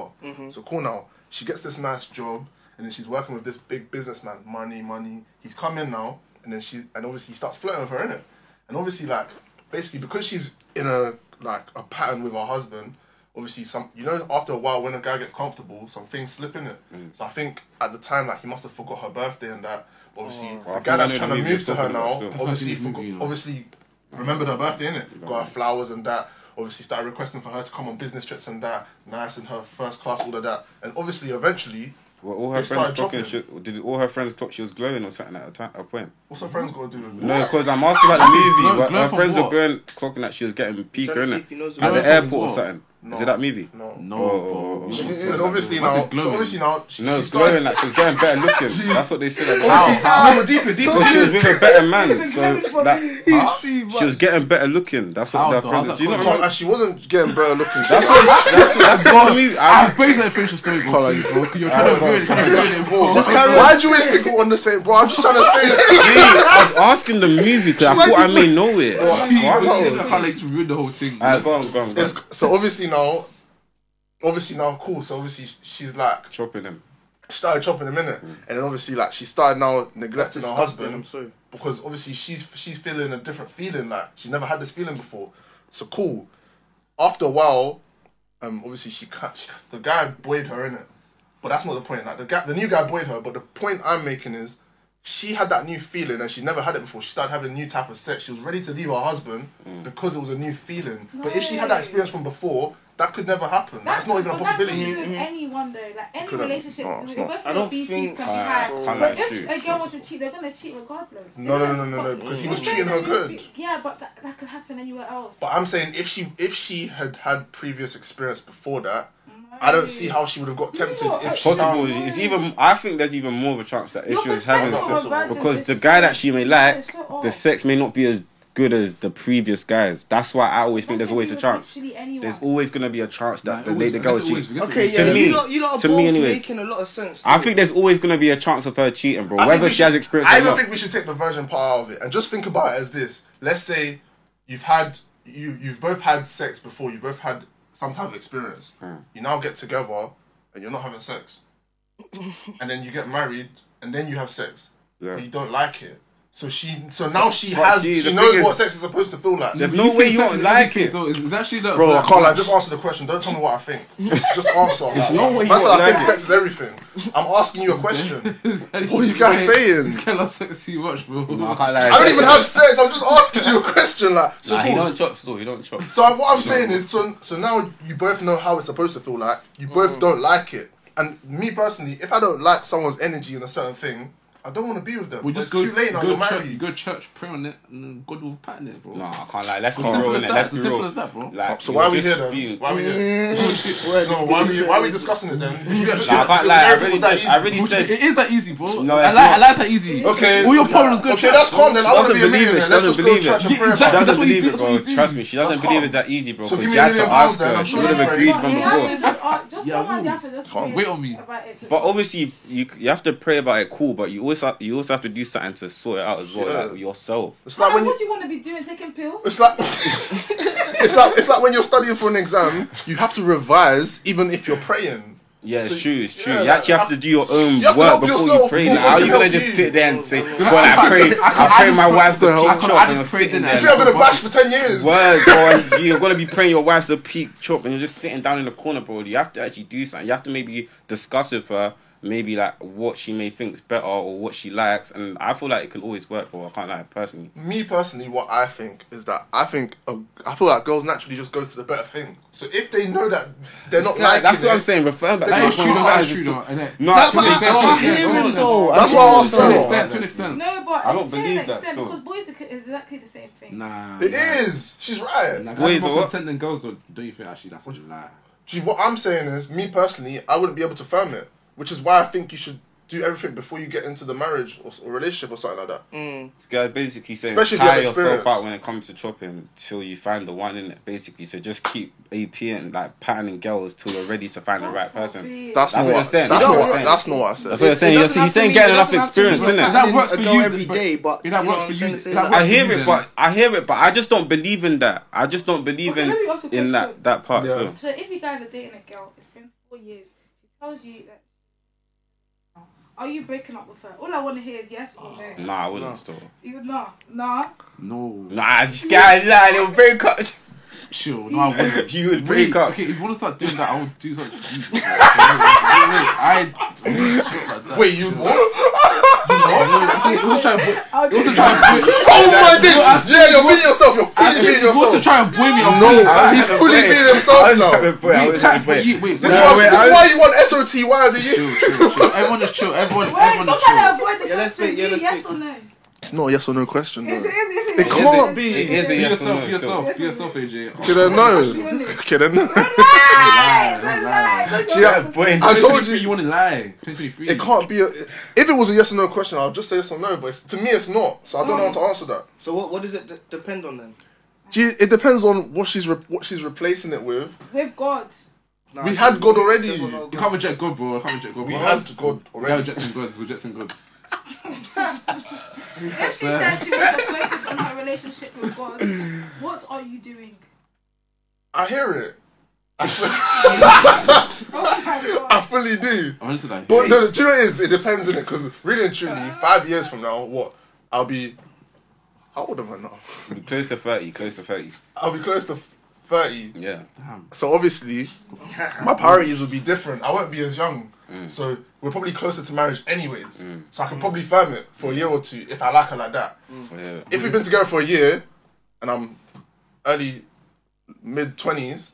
S3: So cool now. She gets this nice job, and then she's working with this big businessman. Money, money. He's come in now, and then she and obviously he starts flirting with her, innit? And obviously like basically because she's in a like a pattern with her husband. Obviously, some you know after a while when a guy gets comfortable, some things slip in it. So I think at the time like he must have forgot her birthday and that. But obviously,
S2: Well, I
S3: the guy
S2: think I
S3: that's
S2: know the
S3: trying to
S2: movie
S3: move to
S2: you're
S3: her
S2: talking about
S3: now,
S2: still.
S3: obviously,
S4: I've seen the
S3: forgo-
S4: movie, you know.
S3: obviously, remembered her birthday, innit? Got her flowers and that. Obviously, started requesting for her to come on business trips and that. Nice in her first class, all of that. And obviously, eventually,
S2: Well, all
S3: They
S2: her
S3: started
S2: friends fucking
S3: dropping.
S2: shit. Did all her friends thought she was glowing or something at a, time, a point?
S3: what's her friends gonna do with it?
S2: No, because I'm asking about the movie.
S4: glow-
S2: but
S4: glow
S2: her
S4: from
S2: friends
S4: what?
S2: were going clocking that she was getting peaker,
S1: Trying to see if he
S2: innit?
S1: knows
S2: At
S4: Glow
S2: the
S4: from
S2: airport or
S4: what?
S2: something.
S3: No.
S2: Is it that movie?
S3: No.
S4: No,
S2: Oh, oh,
S4: bro.
S2: oh.
S3: And obviously
S4: What's
S3: now,
S4: it glowing?
S3: so obviously now, she,
S2: No,
S3: she
S2: it's glowing
S3: started.
S2: like she was getting better looking. That's what they said. About
S3: Obviously,
S2: her.
S3: no, but deeper, deeper.
S2: Because she was with a better man,
S5: He's glowing
S2: so
S5: for
S2: that,
S1: He's too
S2: she was
S1: much.
S2: getting better looking. That's
S4: How
S2: what her
S4: the-
S2: friends.
S4: how's
S2: Do you
S4: that
S2: not
S4: called?
S2: remember?
S3: Like, she wasn't getting better looking.
S2: That's what. That's what. That's what the movie. I-
S4: I've basically finished the story, bro.
S3: Colin.
S4: You're trying to ruin it. You're trying to ruin it, bro.
S1: Just carry on.
S3: Why do you always think we're on the same, bro? I'm just trying to say.
S2: Me, I was asking the movie because I thought I may know it.
S4: I can't let you ruin the whole thing.
S2: Alright, go on, go on, go on.
S3: It's, so obviously now, obviously now, cool. So obviously sh- she's like
S2: Chopping them.
S3: she started chopping him in it, and then obviously like she started now neglecting her
S1: Disgusting, I'm
S3: husband
S1: sorry.
S3: because obviously she's she's feeling a different feeling like she's never had this feeling before. So cool. After a while, um, obviously she can't. She, the guy buoyed her in it, but that's not the point. Like the guy, the new guy buoyed her, but the point I'm making is she had that new feeling and she never had it before. She started having a new type of sex. She was ready to leave her husband because it was a new feeling. But if she had that
S5: No.
S3: experience from before, that could never happen. That's, not even a
S5: but that could
S3: possibility.
S5: be with anyone though, like any
S3: couldn't.
S5: relationship.
S3: No, it's
S5: if
S3: not.
S5: both
S1: I don't
S5: BCs
S1: think-
S5: can be
S1: Uh,
S5: had,
S1: can't
S2: lie,
S5: But
S2: true,
S5: if a
S2: true.
S5: girl wants to cheat, they're gonna cheat regardless.
S3: No,
S5: They're
S3: no,
S5: gonna-
S3: no, no, no,
S5: but-
S3: because he was
S5: Especially
S3: treating her
S5: if you-
S3: good.
S5: Yeah, but that, that could happen anywhere else.
S3: But I'm saying if she if she had had previous experience before that, I don't see how she would have got tempted.
S5: No,
S3: if
S5: it's
S3: she
S2: Possible.
S3: found-
S2: It's even. I think there's even more of a chance that if
S5: Your
S2: she was having
S5: perspective
S3: sex-
S2: sex,
S5: on virgins
S2: because
S5: is
S2: the guy that she may like,
S5: it's so odd.
S2: the sex may not be as good as the previous guys. That's why I always think
S5: That
S2: there's
S5: could
S2: always a
S5: be with
S2: chance.
S5: literally anyone.
S2: There's always gonna be a chance that the
S4: Always-
S2: lady girl
S4: that's always-
S2: cheats.
S4: that's
S1: Okay,
S4: always-
S1: yeah,
S2: me-
S1: you lot, you lot are
S2: to me
S1: both
S2: anyways.
S1: making a lot of sense.
S2: I
S1: though.
S2: think there's always gonna be a chance of her cheating, bro.
S3: I think
S2: Whether
S3: we
S2: she
S3: should-
S2: has experience
S3: I
S2: or
S3: don't
S2: not.
S3: think we should take the virgin part out of it and just think about it as this. Let's say you've had you you've both had sex before. You both had some type of experience.
S2: Hmm.
S3: You now get together and you're not having sex, and then you get married and then you have sex.
S2: Yeah.
S3: But you don't like it. So she, so now she
S2: But
S3: has,
S2: gee,
S3: she
S2: the
S3: knows
S2: thing
S3: what
S2: is-
S3: sex is supposed to feel like.
S2: There's no way
S4: think
S2: you
S4: sex
S2: won't
S4: is
S2: like
S4: everything,
S2: it.
S4: though. It's it's actually that.
S3: Bro, I can't lie. Just answer the question. Don't tell me what I think. Just, just answer. Like,
S2: not what you
S3: That's
S2: want,
S3: why I think
S2: like-
S3: sex is everything. I'm asking you a question.
S4: What
S3: What are you guys saying?
S4: This guy loves sex too much, bro.
S2: I can't
S3: I
S2: lie.
S3: don't even have sex. I'm just asking you a question. Like, so
S2: Nah, he
S3: cool.
S2: don't chop. So he don't chop.
S3: So I'm- what I'm saying is, so, so now you both know how it's supposed to feel Mm. like. You both don't like it. And me personally, if I don't like someone's energy in a certain thing, I don't want to be with them.
S4: We
S3: but it's
S4: just go,
S3: too late now.
S4: go
S3: You're
S4: church,
S3: married.
S4: Go church, pray on it, and then God will pattern it, bro.
S2: Nah, I can't lie. Let's
S4: It's
S2: be
S4: simple
S2: real,
S4: as
S2: innit?
S4: that,
S2: Let's
S4: it's
S2: be
S4: simple
S2: real.
S4: as that, bro.
S2: Like,
S3: So why are we
S2: you're
S3: here
S2: just Mm.
S3: then?
S2: being-
S3: Why are we here? No,
S1: no,
S3: why are we why are we discussing it then?
S2: Nah, I can't lie. I
S3: Everything
S2: already
S3: was that
S2: said.
S3: easy.
S2: I already
S4: Which-
S2: said.
S4: it is that easy, bro.
S2: No,
S4: I,
S2: it's
S4: like, I
S2: not.
S4: like that easy.
S3: Okay.
S4: All your problems go
S3: Okay,
S4: church,
S3: that's
S4: bro.
S3: calm then. I want to
S2: Doesn't
S3: be a
S2: believe it,
S3: millionaire.
S2: doesn't
S3: Let's just go to
S2: believe it.
S3: church and
S4: Yeah,
S3: pray
S4: exactly.
S3: about it.
S4: That's
S2: doesn't
S4: what you
S2: believe
S4: do,
S2: it,
S4: that's what
S2: bro.
S4: you do.
S2: Trust me, she doesn't
S3: That's
S2: believe
S3: calm.
S2: it's that easy, bro.
S3: So give
S2: She
S3: me a
S2: had to
S3: million
S2: ask
S3: pounds then,
S2: her.
S3: I'm
S2: She
S3: sure
S2: would
S3: you
S2: have agreed
S3: pray.
S2: from
S5: yeah,
S2: before.
S5: Just, uh, just
S4: Yeah,
S5: sometimes
S4: I
S5: you have to just
S3: Can't
S5: pray
S4: wait on me.
S5: About it to
S2: But obviously, you you have to pray about it, cool. But you also have- you also have to do something to sort it out as well,
S3: Yeah.
S2: like yourself.
S3: It's
S5: Like
S3: like when you
S5: what do you want to be doing? Taking pills?
S3: It's like it's like it's like when you're studying for an exam, you have to revise even if you're praying.
S2: Yeah, it's
S3: So-
S2: true. It's true.
S3: yeah,
S2: you actually
S3: like,
S2: have to do your own
S3: you have to
S2: work
S3: help
S2: before you
S3: yourself
S2: pray.
S3: before
S2: Like, how
S3: God
S2: are you
S3: can
S2: gonna
S3: help
S2: just
S3: you.
S2: sit there and say,
S1: I
S2: "Well, I prayed. I prayed my wife to
S4: I
S2: help
S4: can't-
S2: chop,"
S4: I
S2: and you're
S4: just prayed
S2: sitting
S4: in
S3: You
S4: there.
S2: there.
S3: think I'm gonna bash for ten years?
S2: Word, bro. You're gonna be praying your wife's a peak chop, and you're just sitting down in the corner, bro. You have to actually do something. You have to maybe discuss with her, maybe like what she may think's better or what she likes. And I feel like it can always work, bro. I can't lie, personally.
S3: Me personally, what I think is that I think uh, I feel like girls naturally just go to the better thing. So if they know that they're not
S2: Like,
S3: like
S2: that's what I'm saying. Refer back.
S3: That
S4: That
S2: That's
S4: is true,
S2: what I'm
S4: though. That is
S2: saying.
S4: true, though. innit?
S2: No,
S3: That's
S2: to an
S3: what
S2: extent,
S3: I-
S2: to an
S3: I
S2: extent,
S3: hear
S2: to an
S3: it,
S2: extent.
S3: though. That's what I was
S4: To an
S3: saying.
S4: extent, to an extent.
S5: No, but
S2: I don't
S5: it's to an
S2: believe that
S5: extent
S2: still.
S5: because boys are exactly the same thing.
S4: Nah.
S3: It
S4: nah.
S3: is. She's right.
S4: Like,
S2: Boys
S4: Boys
S2: or
S4: more
S2: what?
S4: consent than girls, though. Don't you think actually that's a lie?
S3: See, what I'm saying is, me personally, I wouldn't be able to firm it, which is why I think you should do everything before you get into the marriage or, or relationship or something like that.
S2: Mm. This guy basically saying
S3: Especially if you
S2: tire
S3: have
S2: yourself
S3: experience.
S2: out when it comes to chopping till you find the one in it. Basically, so just keep AP and like patterning girls till you're ready to find the right person. That's what I'm saying. That's
S3: That's, not
S2: what
S3: what,
S2: I'm saying.
S3: that's not what I said.
S2: That's what I'm saying. You're, he's saying getting enough experience, isn't it?
S4: That works for you,
S1: every
S4: but-
S1: day, but
S4: Yeah, that
S1: you know
S4: works
S1: what
S4: for
S1: I'm
S4: you.
S1: trying to say,
S4: That
S1: like-
S4: works
S2: I hear
S4: That's
S2: it, but I hear it, but I just don't believe in that. I just don't believe
S5: Okay,
S2: in
S5: let me ask you a
S2: in
S5: question.
S2: that that part.
S3: Yeah.
S2: So
S5: So if you guys are dating a girl, it's been four years. She tells you that. Are you breaking up with her? All I want to hear is yes or no.
S2: nah, I wouldn't still.
S5: You nah, nah.
S4: No.
S2: Nah, this guy, nah, they'll break up.
S4: Chill. No, I wouldn't.
S2: you would break
S4: Wait,
S2: up.
S4: Okay, if you want to start doing that, I will do something to you. Wait, wait, I.
S3: Wait, you.
S4: You also try and boy-
S5: I'll
S4: you also
S5: just-
S4: try and boy-
S3: Oh my
S4: I
S3: days! Yeah, you're beating yourself. You're
S4: I
S3: fully
S4: said,
S3: beating
S4: You also
S3: yourself.
S4: try and boy me on
S3: No, he's fully beating himself now.
S2: Wait, I
S4: Wait,
S2: wouldn't
S4: Kat,
S2: explain.
S4: but you- wait,
S3: This
S4: no,
S3: is
S2: No,
S3: why-
S2: wait,
S3: this
S2: I-
S3: is why you want SOT. Why do you?
S4: chill, chill, chill. Everyone is chill. Everyone,
S5: Wait,
S4: everyone
S5: stop
S4: is
S5: trying
S4: chill.
S5: to avoid the
S1: Yeah, let's
S5: question.
S1: wait, yeah,
S5: You
S1: let's
S5: yes
S1: wait.
S5: or no?
S3: It's not a yes or no question.
S5: Is it?
S3: though.
S5: Is it?
S3: It
S5: Is it?
S3: can't
S2: It
S3: be.
S2: is a
S4: Be
S2: yes or no.
S4: yourself, be
S2: still.
S4: yourself, be yourself, AJ.
S3: Okay, then no.
S5: Honest.
S3: Okay, then no.
S5: Lie,
S4: Lie, lie.
S5: don't lie, don't
S3: Do you
S5: lie.
S3: have-
S2: Yeah, boy.
S3: I told
S4: 2023,
S3: you.
S4: You want to lie. 2023.
S3: It can't be. A, if it was a yes or no question, I'll just say yes or no. But it's, to me, it's not. So I don't know how to answer that.
S1: So what, what does it d- depend on then?
S3: Do you- It depends on what she's re- what she's replacing it with.
S5: With God.
S1: No,
S3: We
S1: I
S3: had
S1: think-
S3: God already.
S1: Devil, no
S4: You
S1: God.
S4: can't reject God, bro. You can't reject God.
S3: We
S4: bro.
S3: had God
S4: We are
S3: already.
S4: rejecting God. We're rejecting God.
S5: If she says she wants to focus on her relationship with God, what are you doing?
S3: I hear it.
S5: Oh my
S3: I
S5: God.
S3: fully do.
S4: I'm honestly like,
S3: But no, do you know what it is? It depends in it because really and truly, five years from now, what I'll be. How old am I now?
S2: Close to thirty. Close to thirty.
S3: I'll be close to thirty.
S2: Yeah.
S4: damn.
S3: So obviously, my priorities will be different. I won't be as young.
S4: Mm.
S3: So we're probably closer to marriage, anyways. So I can probably firm it for a year or two if I like her like that.
S1: Mm-hmm.
S2: Yeah.
S3: If we've been together for a year, and I'm early, mid twenties,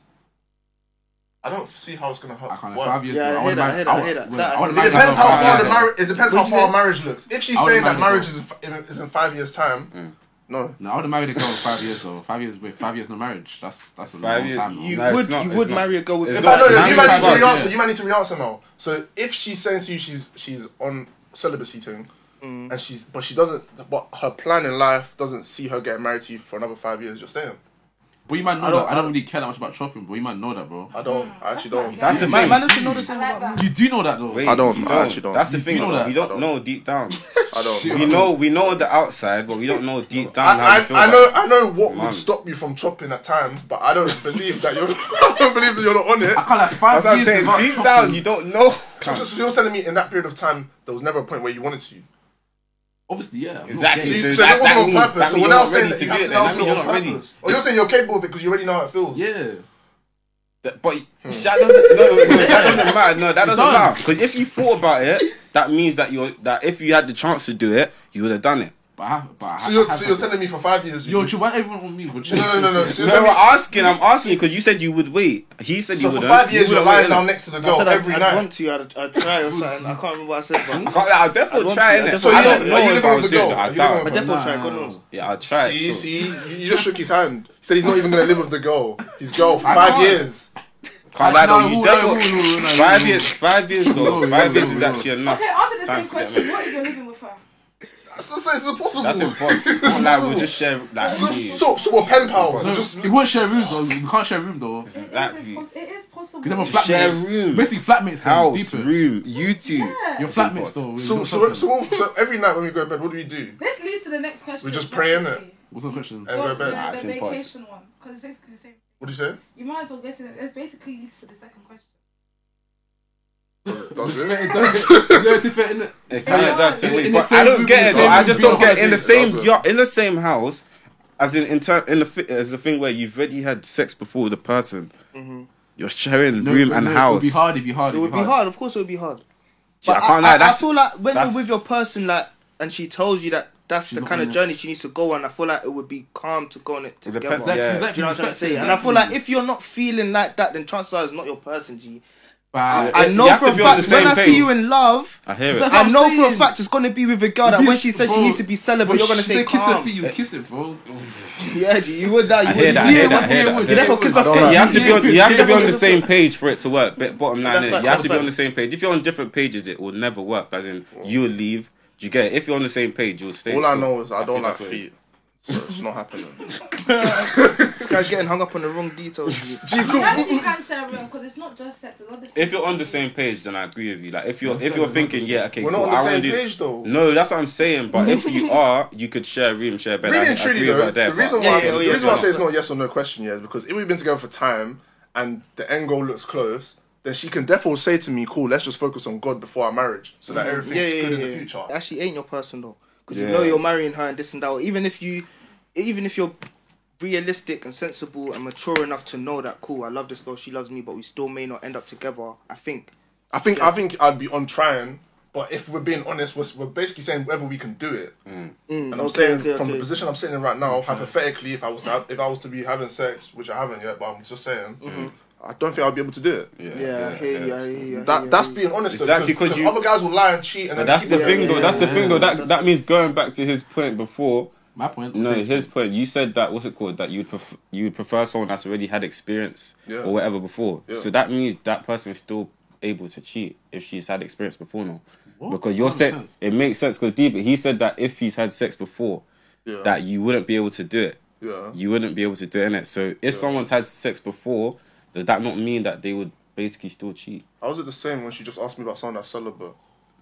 S3: I don't see how it's gonna help.
S4: I can't.
S3: work.
S4: Like, five years.
S1: Yeah,
S4: bro.
S1: I
S4: want
S1: hear that, I
S4: to
S1: hear that, I hear
S4: marry-
S1: that.
S4: want-
S1: That-
S4: I want
S1: it
S4: to
S3: It
S4: marry
S3: depends
S4: that
S3: how
S4: girl.
S3: far the
S4: Yeah, yeah.
S3: marriage. It depends how
S1: Would you
S3: far
S1: say-
S3: marriage looks. If she's
S4: I would
S3: saying that
S4: imagine Mm.
S3: marriage
S4: so.
S3: is, in, is in five years' time, no.
S4: No, I would have married a girl with five years though. Five years with five years no marriage. That's that's a
S2: Five
S4: long
S2: years-
S4: time.
S1: You
S4: bro.
S2: No, it's
S1: would,
S2: not,
S1: you
S2: it's
S1: would
S2: not.
S1: marry a girl with.
S2: It's
S3: If
S1: that.
S3: I know,
S2: Right,
S3: you
S2: marriage
S3: might
S2: is
S3: need to
S2: hard,
S3: re-answer.
S2: yeah.
S3: You might need to re-answer now. So if she's saying to you she's she's on celibacy thing, and she's but she doesn't, but her plan in life doesn't see her getting married to you for another five years. You're staying.
S4: But you might know
S1: I don't-
S4: that. I don't really care that much about chopping, bro. You might know that, bro.
S3: I don't. I actually don't.
S2: That's the
S1: Man,
S2: thing.
S1: man, listen, know this
S5: I
S1: thing
S5: like
S1: about me.
S5: that.
S4: You do know that though.
S2: Wait,
S3: I don't,
S2: you
S3: I actually don't.
S2: That's the thing.
S4: know
S2: though.
S4: that?
S2: We don't know deep down.
S3: I don't.
S2: we know we know the outside, but we don't know deep down how
S3: I,
S2: you feel.
S3: I, I
S2: about
S3: know
S2: it.
S3: I know what
S2: Man.
S3: would stop you from chopping at times, but I don't believe that you're. I don't believe that you're not on it.
S4: I can't like five
S2: That's what I'm
S4: years
S2: saying.
S4: without
S2: Deep
S4: chopping.
S2: down, you don't know.
S3: So, so you're telling me in that period of time there was never a point where you wanted to.
S4: Obviously, yeah. I'm not
S2: Exactly.
S4: gay.
S2: So
S3: So,
S2: that- that
S3: that, wasn't
S2: means-
S3: on purpose.
S2: that means
S3: So we're
S2: you're
S3: now
S2: not ready
S3: saying that
S2: to do
S3: you have
S2: it
S3: to
S2: then.
S3: now
S2: That
S3: do
S2: means
S3: it
S2: you're
S3: on
S2: not ready.
S3: purpose. Or you're saying you're capable of it because you already know how it feels.
S4: Yeah.
S2: That- But
S3: Hmm.
S2: that doesn't no, no, that doesn't matter. No, that doesn't
S4: does.
S2: matter. Because if you thought about it, that means that you're that if you had the chance to do it, you would have done it.
S4: But I have. But I
S3: So you're,
S4: have
S3: so you're telling me for five years you.
S4: Yo, Chi, why everyone on me? Bro?
S3: no, no, no, no. So
S2: No,
S3: you're
S2: we're
S3: telling me,
S2: asking. I'm asking because you said you would wait. He said you
S3: so for
S2: wouldn't.
S3: five years
S2: you
S3: you're
S2: wouldn't wait, innit?
S3: lying down next to the
S1: I
S3: girl
S1: said
S3: every
S1: I'd, I'd
S3: night.
S1: want to. I'd, I'd try or something. I can't remember what I said,
S2: I
S1: but
S2: can't, I'll definitely
S1: I'd
S2: try
S1: want
S2: it.
S1: to,
S2: So
S1: I'd
S2: I don't
S3: definitely-
S2: know
S3: Are you
S2: if
S3: living
S2: I
S3: with
S2: was
S3: the
S2: doing
S3: girl?
S2: that. I
S3: Are you living
S1: I'd
S2: doubt.
S3: with
S1: definitely try. God knows.
S2: Yeah, I tried.
S3: See, see, you, you just shook his hand. He said he's not even gonna live with the girl. His girl for
S4: I
S3: five
S4: can't.
S3: years.
S2: Can't lie though.
S4: Actually,
S2: You
S4: no, no, no, no, no,
S2: definitely
S4: no,
S2: five
S4: no.
S2: years. Five years
S4: No,
S2: though.
S4: no,
S2: Five
S4: no,
S2: years is
S4: no.
S2: actually enough.
S5: Okay, answer the
S2: time
S5: same
S2: to get
S5: question.
S2: married.
S5: What if you're living with her?
S3: So, so it's impossible.
S2: That's impossible. Can't lie. We'll just share like.
S3: so,
S2: yeah.
S3: so, so we're pen pals.
S4: No,
S3: We're just
S4: it won't share rooms though. We can't share a room though.
S5: It is
S2: Exactly.
S5: impos- It is possible.
S4: We never
S2: Just share
S4: flatmates.
S2: room.
S4: Basically flatmates. House.
S2: House,
S4: Deeper.
S2: room, you two.
S5: Yeah.
S4: Your
S2: It's
S4: flatmates
S2: impossible.
S4: though.
S3: so,
S4: What's
S3: so,
S4: your
S3: what-
S4: question?
S3: so, what- so every night when we go to bed, what do we do?
S5: Let's lead to the next question.
S3: just pray, innit?
S5: basically.
S4: What's the question?
S3: And
S5: Well,
S3: go to bed.
S5: the-
S2: Nah,
S5: the
S2: it's impossible.
S5: vacation one, because it's basically the same.
S3: What do you say?
S5: You might as well get in it. It basically leads to the second question.
S3: Does
S4: Don't
S3: it?
S4: get- don't get- don't get-
S2: It kind
S5: Yeah.
S2: of does
S4: In-
S2: to me,
S4: in the
S2: but I
S4: same
S2: don't
S4: room,
S2: get
S4: in
S2: it.
S4: the
S2: Though.
S4: same
S2: I
S4: room,
S2: just
S4: be on
S2: don't get it. in the
S4: holiday.
S2: same
S3: That's it.
S2: yard, in the same house, as in in, ter- in the fi- as the thing where you've already had sex before with the person. You're sharing
S4: No,
S2: room
S4: no,
S2: and
S4: no,
S2: house.
S4: It would be hard. It'd be hard.
S1: it would be hard. Of course, it would be hard.
S2: Gee, I
S1: But I,
S2: can't lie,
S1: I- I
S2: that's-
S1: feel like when
S2: that's-
S1: you're with your person, like, and she tells you that that's
S4: She's
S1: the
S4: not
S1: kind of
S4: gonna-
S1: journey she needs to go on, I feel like it would be calm to go on it
S2: depends-
S1: together.
S4: Exactly.
S2: Yeah.
S1: Do you know
S4: Exactly.
S1: what I'm trying to
S4: respect-
S1: say? And I feel
S4: exactly.
S1: like if you're not feeling like that, then chances are it's not your person, G.
S4: But-
S2: Yeah.
S1: I
S2: You
S1: know
S2: have
S1: for
S2: to
S1: a
S2: be on the
S1: fact when
S2: same
S1: I
S2: page.
S1: see you in love,
S2: I hear
S4: It's
S2: it.
S4: like-
S1: I
S4: I'm
S1: know for a
S4: saying-
S1: fact it's gonna be with a girl that when she
S4: Kiss,
S1: says she
S4: bro.
S1: needs to be celibate,
S4: Bro,
S1: you're gonna
S4: she
S1: say
S4: said kiss it for
S1: calm.
S4: you. Kiss it, bro.
S1: Yeah, G, you would that. You
S2: I
S1: would.
S2: hear that. I
S1: you
S2: hear
S1: would.
S2: that. I hear that. I
S1: You
S2: hear that.
S1: never kiss a
S3: I don't
S1: fence.
S3: like
S2: You have to be on. You have to be on the
S1: Yeah.
S2: same page for it to work. But bottom line,
S1: That's
S2: is
S1: like
S2: you have to be
S1: confirmed.
S2: on the same page. If you're on different pages, it will never work. As in, you will leave. Do you get it? If you're on the same page, you'll stay.
S3: All I know is I
S2: think
S3: don't like
S2: that's what it
S3: feet. So it's not happening.
S1: This guy's getting hung up on the wrong details. G.
S5: You actually can share a room because it's not just sex. It's other
S2: If
S5: things.
S2: you're on the same page, then I agree with you. Like if you're
S4: That's
S2: if
S4: not-
S2: you're
S4: we're not
S2: thinking,
S4: the
S2: yeah, okay,
S3: We're not
S2: cool,
S3: on the
S2: I wanna
S3: same
S2: do-
S3: page though.
S2: No, that's what I'm saying. But if you are, you could share a room, share a bed.
S3: Really
S2: I
S3: and truly,
S2: agree
S3: though,
S2: about that.
S3: the
S2: but-
S3: reason why,
S1: Yeah, yeah,
S3: the
S1: yeah,
S3: reason why I
S1: yeah.
S3: say it's not yes or no question yeah, is because if we've been together for time and the end goal looks close, then she can definitely say to me, "Cool, let's just focus on God before our marriage, so
S2: Mm.
S3: that everything's
S1: yeah, yeah,
S3: good
S1: yeah,
S3: in the
S1: yeah.
S3: future."
S1: It actually ain't your person though, because
S2: Yeah.
S1: you know you're marrying her and this and that. Or even if you, even if you're realistic and sensible and mature enough to know that, cool, I love this girl, she loves me, but we still may not end up together. I think.
S3: I think I think I'd be on trying, but if we're being honest, we're, we're basically saying whether we can do it.
S2: Mm.
S3: and
S1: Mm,
S3: I'm
S1: okay,
S3: saying
S1: okay,
S3: from the
S1: okay.
S3: position I'm sitting in right now, hypothetically, if I was to have, if I was to be having sex, which I haven't yet, but I'm just saying,
S2: Mm.
S3: I don't think I'd be able to do it.
S1: Yeah, I hear you. I hear you. I hear
S3: That
S1: you,
S3: that's
S1: I hear
S3: being honest. though,
S2: Exactly,
S3: because,
S2: 'cause
S3: because
S2: you-
S3: other guys will lie and cheat, and
S2: But
S3: then
S2: that's
S3: keep
S2: the
S3: it-
S2: thing, though. That's the
S1: yeah,
S2: thing, though.
S1: yeah.
S2: That that means going back to his point before.
S4: My point.
S2: No, his point. You said that what's it called? That you'd prefer you'd prefer someone that's already had experience
S3: Yeah.
S2: or whatever before.
S3: Yeah.
S2: So that means that person's still able to cheat if she's had experience before now. Because you're
S4: That makes
S2: saying
S4: sense.
S2: it makes sense because deep he said that if he's had sex before,
S3: Yeah.
S2: that you wouldn't be able to do it.
S3: Yeah.
S2: You wouldn't be able to do it. Innit? So if someone's had sex before, does that not mean that they would basically still cheat?
S3: I was at the same when she just asked me about someone that's celibate.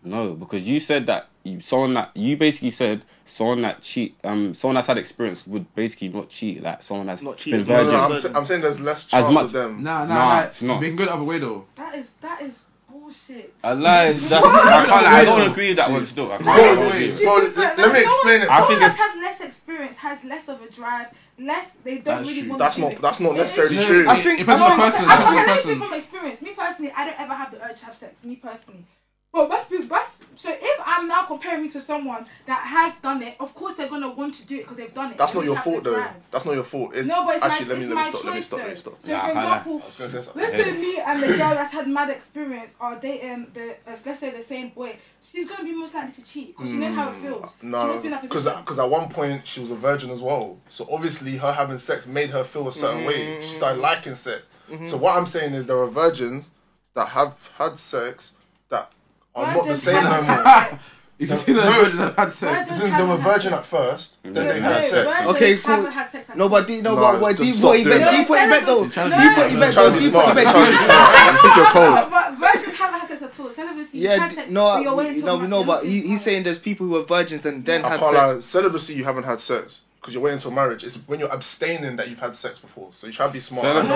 S2: No, because you said that you, someone that you basically said someone that cheat, um, someone that's had experience would basically not cheat. Like someone that's
S1: Not cheat
S2: been
S1: is not-
S2: virgin.
S3: No, no, I'm,
S1: Virgin.
S3: sa- I'm saying there's less
S2: As
S3: chance
S2: much-
S3: of them.
S4: Nah, nah,
S2: Nah,
S4: nah.
S2: it's not.
S4: We can go the other way though.
S5: That is that is bullshit.
S2: I lied. That's, I can't. I don't agree with that one. Still, I can't. I don't
S3: Bro,
S2: agree.
S3: bro, let- let me explain it.
S2: I
S5: I
S2: think
S5: think
S2: it's-
S5: that's had less experience has less of a drive. Less they don't
S4: That's
S5: really
S4: true.
S5: want.
S3: That's
S5: to do
S3: not
S5: it.
S3: that's not necessarily
S4: No,
S3: true.
S4: I
S1: think-
S4: it depends on the
S1: I
S4: person.
S1: think-
S4: It
S5: I,
S4: depends on the
S5: I, I don't
S4: person.
S5: speak from experience. Me personally, I don't ever have the urge to have sex. Me personally. But that's, be- that's so. If I'm now comparing me to someone that has done it, of course they're gonna want to do it because they've done it.
S3: That's
S5: They
S3: not your
S5: really have the
S3: fault though.
S5: drive.
S3: That's not your fault. It-
S5: No, but it's
S3: actually
S5: my,
S3: let
S5: it's
S3: me
S5: my
S3: let me stop. Let me
S5: choice
S3: stop. Let me
S5: though.
S3: stop.
S5: So
S2: Nah,
S5: for
S2: I can't lie.
S5: example,
S3: I was gonna say something.
S5: let's say me and the girl that's had mad experience are dating the uh, let's say the same boy. She's gonna be most likely to cheat because she knows how it feels. she
S3: Hmm. No,
S5: must be in that
S3: because
S5: position.
S3: because at one point she was a virgin as well. So obviously her having sex made her feel a certain way. She
S2: Mm-hmm.
S3: started liking sex. So what I'm saying is there are virgins that have had sex that are
S5: Why
S3: not the
S5: just
S3: same no
S5: have
S3: more.
S5: sex?
S4: It's just because
S3: No.
S4: I've had- I've had
S5: Why
S4: sex.
S5: just
S3: Isn't- They were
S5: haven't had
S3: virgin
S5: sex?
S3: at first, then
S5: No,
S3: they had
S5: no,
S3: sex.
S5: virgins
S1: Okay, cool.
S5: haven't had sex at all.
S1: Nobody, no,
S3: No,
S1: but what
S3: just
S1: deep
S3: stop
S1: what he
S3: doing
S1: meant,
S3: that.
S1: deep what he meant though,
S5: No,
S1: deep
S4: Trying to be
S1: what he
S4: smart.
S1: meant
S3: Trying
S1: though,
S3: to be
S1: deep what he
S3: smart.
S1: meant
S3: Trying to be
S1: though.
S3: smart. I think you're cold.
S5: But virgins haven't had sex at all. Celibacy, you
S1: Yeah,
S5: had
S1: d-
S5: sex,
S1: no,
S5: but you're
S1: no,
S5: waiting
S1: we
S5: till
S1: know,
S5: month-
S1: but
S5: you're
S1: he, he's
S5: waiting till month.
S1: saying there's people who are virgins and then
S3: I
S1: have
S3: can't
S1: sex.
S3: lie. Celibacy, you haven't had sex. because you're waiting until marriage. It's when you're abstaining that you've had sex before. So you try to be smart.
S2: Celebrate.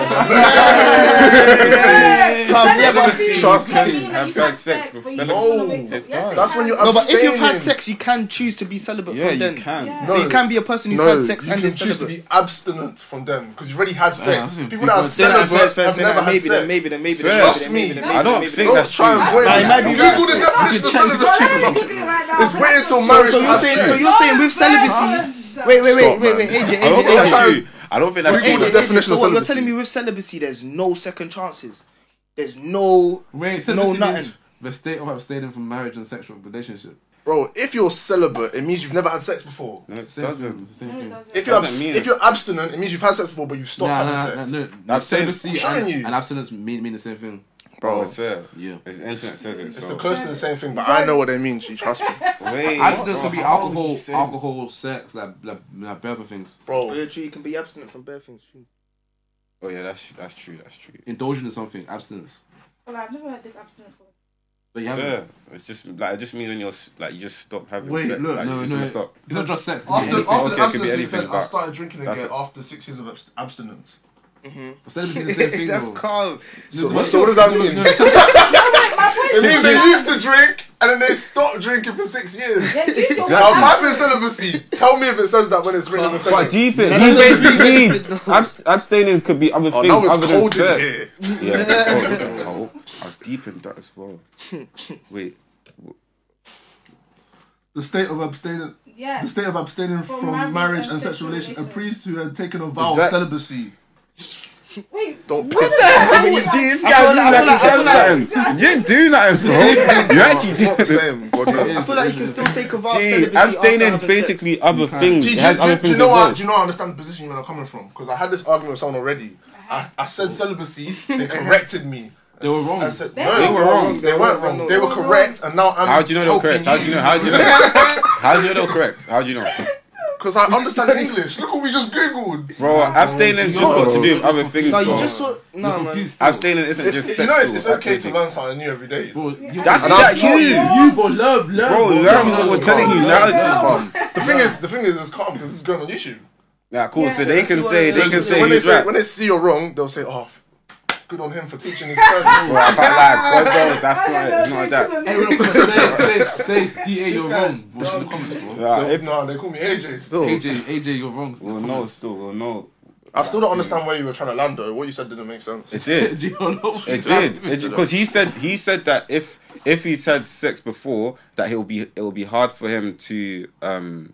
S3: Celibacy. Trust me.
S2: Have had sex with celibacy.
S3: That's when you're
S1: No,
S3: abstaining.
S1: but if you've had sex, you can choose to be celibate
S2: Yeah,
S1: from
S2: you
S1: then.
S2: can.
S1: So
S3: No.
S1: you can be a person who's
S3: No,
S1: had sex
S3: you
S1: and
S3: can
S1: is
S3: choose to
S1: celibate.
S3: be abstinent from them because you've already had sex.
S4: that's a
S3: People that are
S4: big-
S1: Say that
S3: celibate
S1: first, first,
S3: have
S1: say that.
S3: never had
S1: Maybe
S3: sex.
S1: then, maybe then, maybe
S2: Swear.
S1: then.
S3: Trust
S1: maybe then, maybe
S3: me.
S1: then,
S2: I
S1: maybe then,
S2: don't
S1: maybe
S2: think
S1: then.
S2: that's
S3: try and
S2: true.
S3: wait.
S1: Nah, it might be
S3: Google the
S1: worse.
S3: definition of celibacy. It's waiting until marriage.
S1: So
S3: to
S1: you're
S3: have
S1: saying,
S3: sex.
S1: so you're saying with celibacy. Wait, wait, wait, wait, wait, AJ,
S2: I don't
S1: AJ,
S2: think
S1: AJ.
S2: that's true. I don't think that's
S3: Google
S1: AJ,
S2: true.
S3: the
S2: though.
S1: AJ,
S3: definition
S1: so
S3: of
S1: what you're
S3: celibacy.
S1: telling me with celibacy, there's no second chances. There's no.
S4: Wait,
S1: No,
S4: no,
S1: nothing.
S4: nothing. The state of abstaining from marriage and sexual relationship.
S3: Bro, if you're celibate, it means you've never had sex before.
S2: No, it
S4: Same thing.
S2: doesn't.
S4: it's the Same thing.
S3: If you're
S2: Doesn't
S3: abs-
S2: mean
S3: if
S2: it.
S3: you're abstinent, it means you've had sex before, but you've stopped
S4: Nah,
S3: having
S4: nah,
S3: sex.
S4: nah, no.
S2: That's it.
S4: Celibacy
S3: I'm showing
S4: and,
S3: you.
S4: and abstinence mean mean the same thing.
S2: Bro, I swear.
S4: Yeah.
S2: The internet says it.
S3: It's the
S2: So.
S3: close to the same thing, but I know what they mean. G, trust me,
S2: Wait.
S4: Abstinence could be
S2: How are
S4: alcohol,
S2: you saying-
S4: alcohol, sex, like like, like better things.
S3: bro.
S1: Yeah, true, You can be abstinent from bare things. true.
S2: Oh yeah, that's that's true. That's true.
S4: Indulging in something, abstinence.
S5: I've never heard this abstinence. word.
S4: But you haven't.
S2: Sure. It's just like it just means when you're s- like you just stop having
S6: Wait,
S2: sex.
S6: look,
S2: like,
S4: no,
S2: you just
S4: no.
S2: wanna stop.
S4: It's not just sex. it
S6: After,
S4: can be
S6: after
S4: anything.
S2: okay, it
S6: the
S2: could be
S6: abstinence
S2: anything,
S6: effect, I
S2: but
S6: started drinking
S2: that's
S6: again
S2: it.
S6: after six years of abst- abstinence.
S4: Celibacy is the same thing.
S1: That's
S4: though.
S1: calm.
S3: So, what- so what does that
S4: No,
S3: mean?
S4: no, celibacy-
S3: It means they used to drink and then they stopped drinking for six years.
S5: Yeah, you don't
S3: Now
S5: have-
S3: type in celibacy. Tell me if it says that when it's written in the
S2: But
S3: sentence.
S2: do you think you basically mean abs- abstaining could be other
S3: Oh,
S2: things
S3: now it's
S2: other than
S3: cold in
S2: sex?
S3: here.
S2: Yeah, it's cold. Oh, I was deep in that as well. Wait,
S6: The state of abstaining,
S5: Yeah.
S6: the state of abstaining
S5: From
S6: from
S5: marriage
S6: marriage,
S5: and
S6: and
S5: sexual
S6: sexual relations. A
S5: relations.
S6: priest who had taken a vow
S3: that-
S6: of celibacy.
S5: Wait.
S3: Don't piss.
S2: this
S1: I feel like- I feel like- I feel like-
S2: You do nothing, bro. You actually
S3: It's not the
S2: do.
S3: same. God knows.
S1: I feel like you can still take a vow of
S2: Gee,
S1: celibacy.
S2: Abstaining
S1: after having
S2: is
S1: sex.
S2: basically other
S4: can't.
S2: things.
S3: Do
S2: It
S3: you,
S2: has
S3: do, you-
S2: other
S3: do you
S2: things
S3: know
S2: as well.
S3: what? Do you know I understand the position you're coming from? Because I had this argument with someone already.
S5: Uh-huh.
S3: I, I said celibacy. They corrected me.
S4: They were wrong.
S3: I said,
S5: They
S3: no,
S5: were
S3: they were wrong.
S2: wrong.
S3: They weren't wrong. They were correct, and now I'm.
S2: How do you know they were correct? How do you know? How do you know? How do you know they were correct? How do you know?
S3: Because I understand English. Look what we just googled.
S2: Bro, abstaining just got to do with other things.
S1: No,
S2: bro.
S1: you just saw.
S4: You're
S1: Nah, man.
S4: confused still.
S2: Abstaining isn't
S3: It's,
S2: just
S3: you know, it's,
S2: sexual
S3: it's okay to
S2: activity.
S3: learn something new every day.
S4: Bro, you-
S2: That's
S3: And I'm
S2: that
S3: telling
S2: you.
S4: you, bro. Love,
S2: Bro,
S4: love, bro.
S2: learn what we're
S4: Bro.
S2: telling you now. Just
S3: Calm. The thing is, the thing is, it's calm because it's going on YouTube.
S2: Nah, cool.
S5: Yeah.
S2: So they can say they can say
S3: when they
S2: he's
S3: say
S2: right.
S3: when they see you're wrong, they'll say, "Oh, f- good on him for teaching his friend."
S2: Bro, I can't lie. Bro, bro, that's
S5: I
S2: not
S5: don't
S2: it's
S5: know,
S2: not
S5: they
S2: that.
S5: couldn't-
S4: Hey, real quick, say, say, say, DA, you're wrong.
S3: guy's
S4: What's in the comments, bro?
S2: Nah, if
S3: no, they call me AJ. Still,
S4: AJ, AJ, you're wrong.
S2: we'll know, still we'll know.
S3: I still don't understand where you were trying to land though. What you said didn't make sense.
S2: It did.
S4: Do you know what
S2: It
S4: I'm saying?
S2: did. It because he said he said that if if he's had sex before, that he'll be it will be hard for him to um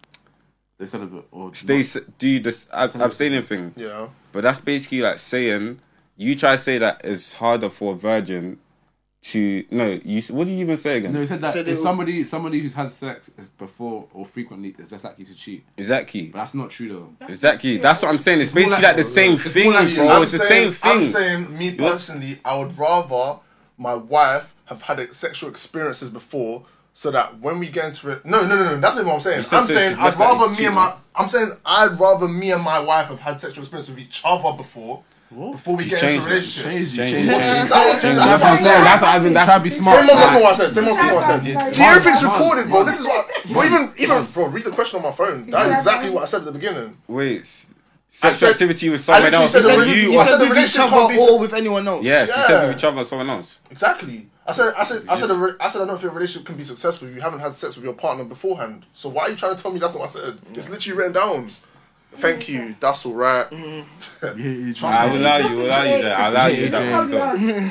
S4: They said a bit. Or
S2: stay s do this ab- abstaining thing.
S3: Yeah.
S2: But that's basically like saying you try to say that it's harder for a virgin to no. You s- what did you even say again?
S4: No, he said that
S1: Said
S4: if
S1: it-
S4: somebody somebody who's had sex is before or frequently is less likely to cheat.
S2: Exactly.
S4: But that's not true though.
S2: Exactly. That's what I'm saying. It's
S4: more
S2: basically like
S4: like-
S2: the same
S4: it's more
S2: thing,
S4: like-
S2: bro.
S4: I'm
S2: It's the
S3: saying-
S2: same
S3: I'm
S2: thing.
S3: saying, me personally, I would rather my wife have had ex- sexual experiences before, so that when we get into it, no, no, no, no, that's not what I'm saying.
S2: said
S3: I'm
S2: so
S3: saying
S2: it's
S3: I'd
S2: less likely
S3: rather
S2: to
S3: me
S2: cheat,
S3: and my,
S2: man.
S3: I'm saying I'd rather me and my wife have had sexual experience with each other before, before we
S2: You
S3: get into
S2: changed
S3: a
S2: it.
S3: relationship.
S4: Change,
S2: Change,
S4: change,
S2: change.
S4: change.
S3: That was-
S2: That's
S3: that's
S2: what I'm saying. That's what I've been.
S4: Try to
S2: That's
S4: be smart.
S3: Same month, that's
S4: man.
S3: not what I said. Same month, that's not what I said. See,
S4: Month,
S3: everything's
S4: month,
S3: recorded, bro.
S4: month.
S3: This is what. Bro, even, even, bro, read the question on my phone. That's
S5: Yeah.
S3: exactly what I said at the beginning.
S2: wait. s-
S3: I
S2: Sexual
S3: said-
S2: activity with
S3: I
S2: someone
S3: literally
S2: else.
S3: said the
S1: Said
S3: But
S1: with-
S3: you-
S1: you
S3: I said
S1: said
S3: the
S1: with each
S3: relationship
S1: other
S3: can't be-
S1: or with anyone else.
S2: Yes, you said
S3: Yeah.
S2: with each other, someone else.
S3: Exactly. I said, I said, I said, a re- I said, I don't think a relationship can be successful if you haven't had sex with your partner beforehand. So why are you trying to tell me that's not what I said? It's literally written down. Thank you.
S5: Mm-hmm.
S3: That's all right.
S4: Yeah, you try.
S2: I will allow you. Allow you that. I'll allow you that one.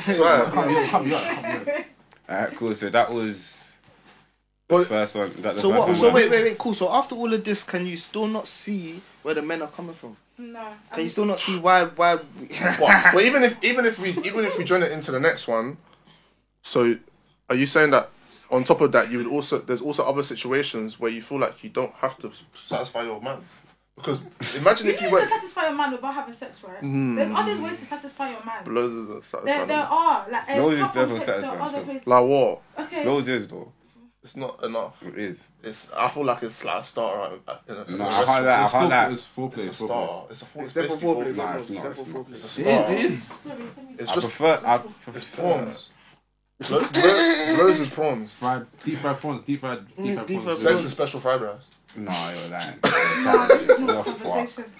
S2: Still.
S5: Probably us.
S3: Swear.
S4: Can't be right, can't be right.
S2: Alright, cool. So that was the
S3: But-
S2: first one. That the
S1: So
S2: first
S1: what?
S2: One
S1: So wait, wait, wait. Cool. So after all of this, can you still not see where the men are coming from?
S5: No.
S1: Can you still not see why? Why?
S3: But, but even if even if we even if we join it into the next one, so are you saying that on top of that you would also there's also other situations where you feel like you don't have to satisfy your man because imagine
S5: You
S3: if you
S5: can
S3: went
S5: satisfy your man without having sex, right?
S2: Mm.
S5: There's other ways to satisfy your man.
S3: blows doesn't satisfy
S5: There, there
S3: them.
S5: are like there's
S2: Loads is
S5: platform
S2: definitely
S5: sex, there are
S2: satisfying,
S5: other
S2: so-
S5: ways.
S3: Like what?
S5: Okay.
S2: Loads is though.
S3: It's not enough.
S2: It is.
S3: It's I feel like it's like a star. Right? In a, in
S2: No,
S3: a
S2: I
S3: restaurant.
S2: can't lie. I
S4: It's still-
S2: can't lie.
S3: It's
S4: It's foreplay.
S3: a
S4: It's foreplay.
S3: star. It's a form. It's,
S1: They're
S3: basically form.
S1: performing.
S2: Nah, it's
S1: They're
S2: not, it's not.
S1: performing.
S3: It's a star.
S4: It is.
S5: Sorry, let me-
S3: It's
S2: I
S3: just
S2: prefer. I
S3: it's
S2: prefer.
S3: prawns. Blows blows- blows is prawns.
S4: Fried, deep fried prawns, deep fried,
S1: Mm,
S4: deep fried
S1: deep fried
S4: prawns.
S3: Sex is special fried rice.
S2: No, you're lying.
S5: Nah, this is not a
S2: Fuck.
S5: conversation.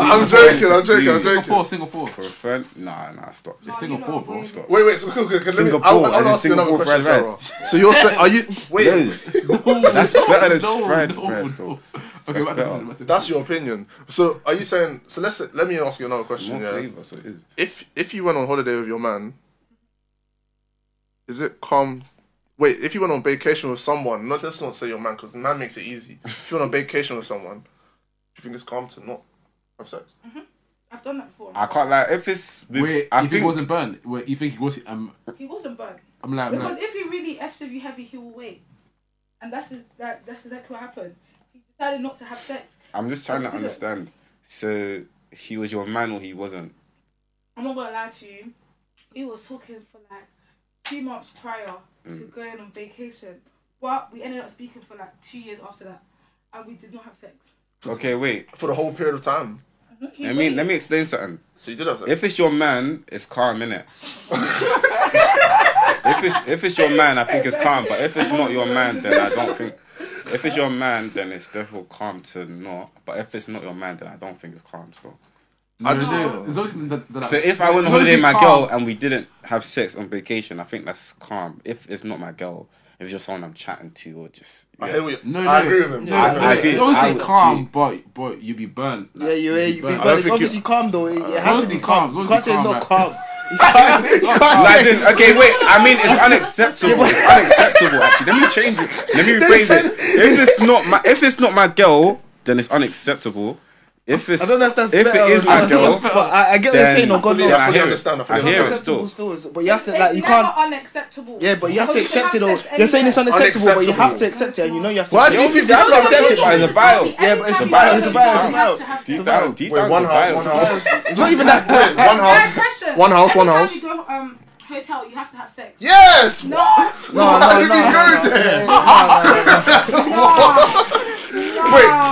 S3: I'm joking, I'm joking,
S2: Please.
S3: I'm joking.
S4: Singapore, Singapore.
S2: For a friend? Nah, nah, stop.
S5: Nah, you
S4: Singapore,
S5: lot
S4: bro,
S5: weird.
S2: stop.
S3: Wait, wait, so cool, cool, cool. Let me,
S2: Singapore,
S3: I'll,
S2: as
S3: I'll
S2: in
S3: ask you another
S2: Singapore
S3: question,
S2: fried
S3: Sarah.
S2: rice.
S3: So you're saying, are you, wait,
S2: Those. That's better than fried bread, bro.
S4: Okay,
S2: That's
S4: back
S2: better.
S4: to- back to-
S3: that's your opinion. So are you saying, so let's, let me ask you another
S2: More
S3: question, yeah?
S2: flavour, so it is.
S3: If, if you went on holiday with your man, is it calm? Wait, if you went on vacation with someone, not, let's not say your man, because the man makes it easy. If you went on vacation with someone, do you think it's calm to not have sex?
S5: I've done that before.
S2: I can't lie. If it's, with-
S4: Wait,
S2: I
S4: if
S2: think
S4: he wasn't burnt, wait, you think he was? Um,
S5: He wasn't burnt.
S4: I'm like, I'm
S5: Because
S4: like
S5: if he really f's with you heavy, he will wait. And that's his, that, that's exactly what happened. He decided not to have sex.
S2: I'm just trying to
S5: Did it?
S2: understand. So he was your man or he wasn't?
S5: I'm not gonna lie to you. We was talking for like two months prior
S2: Mm.
S5: to going on vacation, but we ended up speaking for like two years after that, and we did not have sex.
S2: Okay, wait.
S3: For the whole period of time.
S5: He
S2: I mean, let
S5: waited.
S2: me explain something.
S3: So you did have sex?
S2: If it's your man, it's calm, innit? if it's if it's your man, I think it's calm. But if it's not your man, then I don't think. If it's your man, then it's therefore calm to not. But if it's not your man, then I don't think it's calm. So,
S4: no,
S3: just-
S4: no, there's always that, that,
S2: so if I went on
S4: there's
S2: holiday with my
S4: obviously
S2: girl
S4: calm.
S2: and we didn't have sex on vacation, I think that's calm. If it's not my girl, if it's just someone I'm chatting to or just.
S3: I
S2: yeah.
S3: hear you.
S4: no, no,
S3: I agree with him.
S4: No,
S3: I
S4: no,
S3: agree.
S4: it's
S2: I
S4: obviously
S2: would
S4: calm, but but you'd be burnt.
S1: Yeah, you, yeah, you,
S4: burnt.
S2: I don't
S1: but it's
S2: think
S1: obviously calm though. It, it has to
S4: obviously
S1: be
S4: calm,
S1: calm.
S4: it's
S1: You can't
S4: obviously
S1: say it's not calm. You can't- you can't
S2: Like, as in, okay, wait. I mean, it's unacceptable. It's unacceptable. Actually, let me change it. Let me rephrase it. If it's not my, if it's not my girl, then it's unacceptable. If it's,
S1: I don't know if that's
S2: if
S1: better.
S2: it is
S1: or
S2: my
S1: not,
S2: girl,
S1: but I, I get what you're
S2: then
S1: saying. No, God,
S3: fully-
S1: no.
S2: yeah, I
S3: fully
S2: hear it.
S3: understand, I fully
S2: I hear it
S1: Unacceptable
S2: still.
S1: still is, but you have to
S5: It's
S1: like you
S5: never
S1: can't.
S5: unacceptable.
S1: Yeah, but you have to
S5: Because
S1: accept it.
S5: can
S1: Though
S5: have sex
S1: you're saying it's
S5: anywhere.
S1: unacceptable, but you have to
S3: Unacceptable.
S1: accept it, and you know you have to.
S3: Why do you think
S2: Obviously,
S3: you have to
S2: it's
S3: accept it?
S2: unacceptable. It's a bio.
S1: Yeah, but it's a
S5: bio.
S1: bio. It's a bio. It's a bio.
S2: Deep down, deep
S3: Wait,
S2: down,
S3: one
S2: to
S3: house,
S2: bio.
S3: one house.
S1: It's not even that.
S3: Wait, one house. One house, one house.
S5: You go um, hotel, you have to have sex.
S3: Yes!
S5: No.
S3: What?
S1: No,
S3: How
S1: no,
S3: did
S1: no,
S3: we
S1: no,
S3: go
S1: no, no,
S3: there? Wait,
S5: Wait,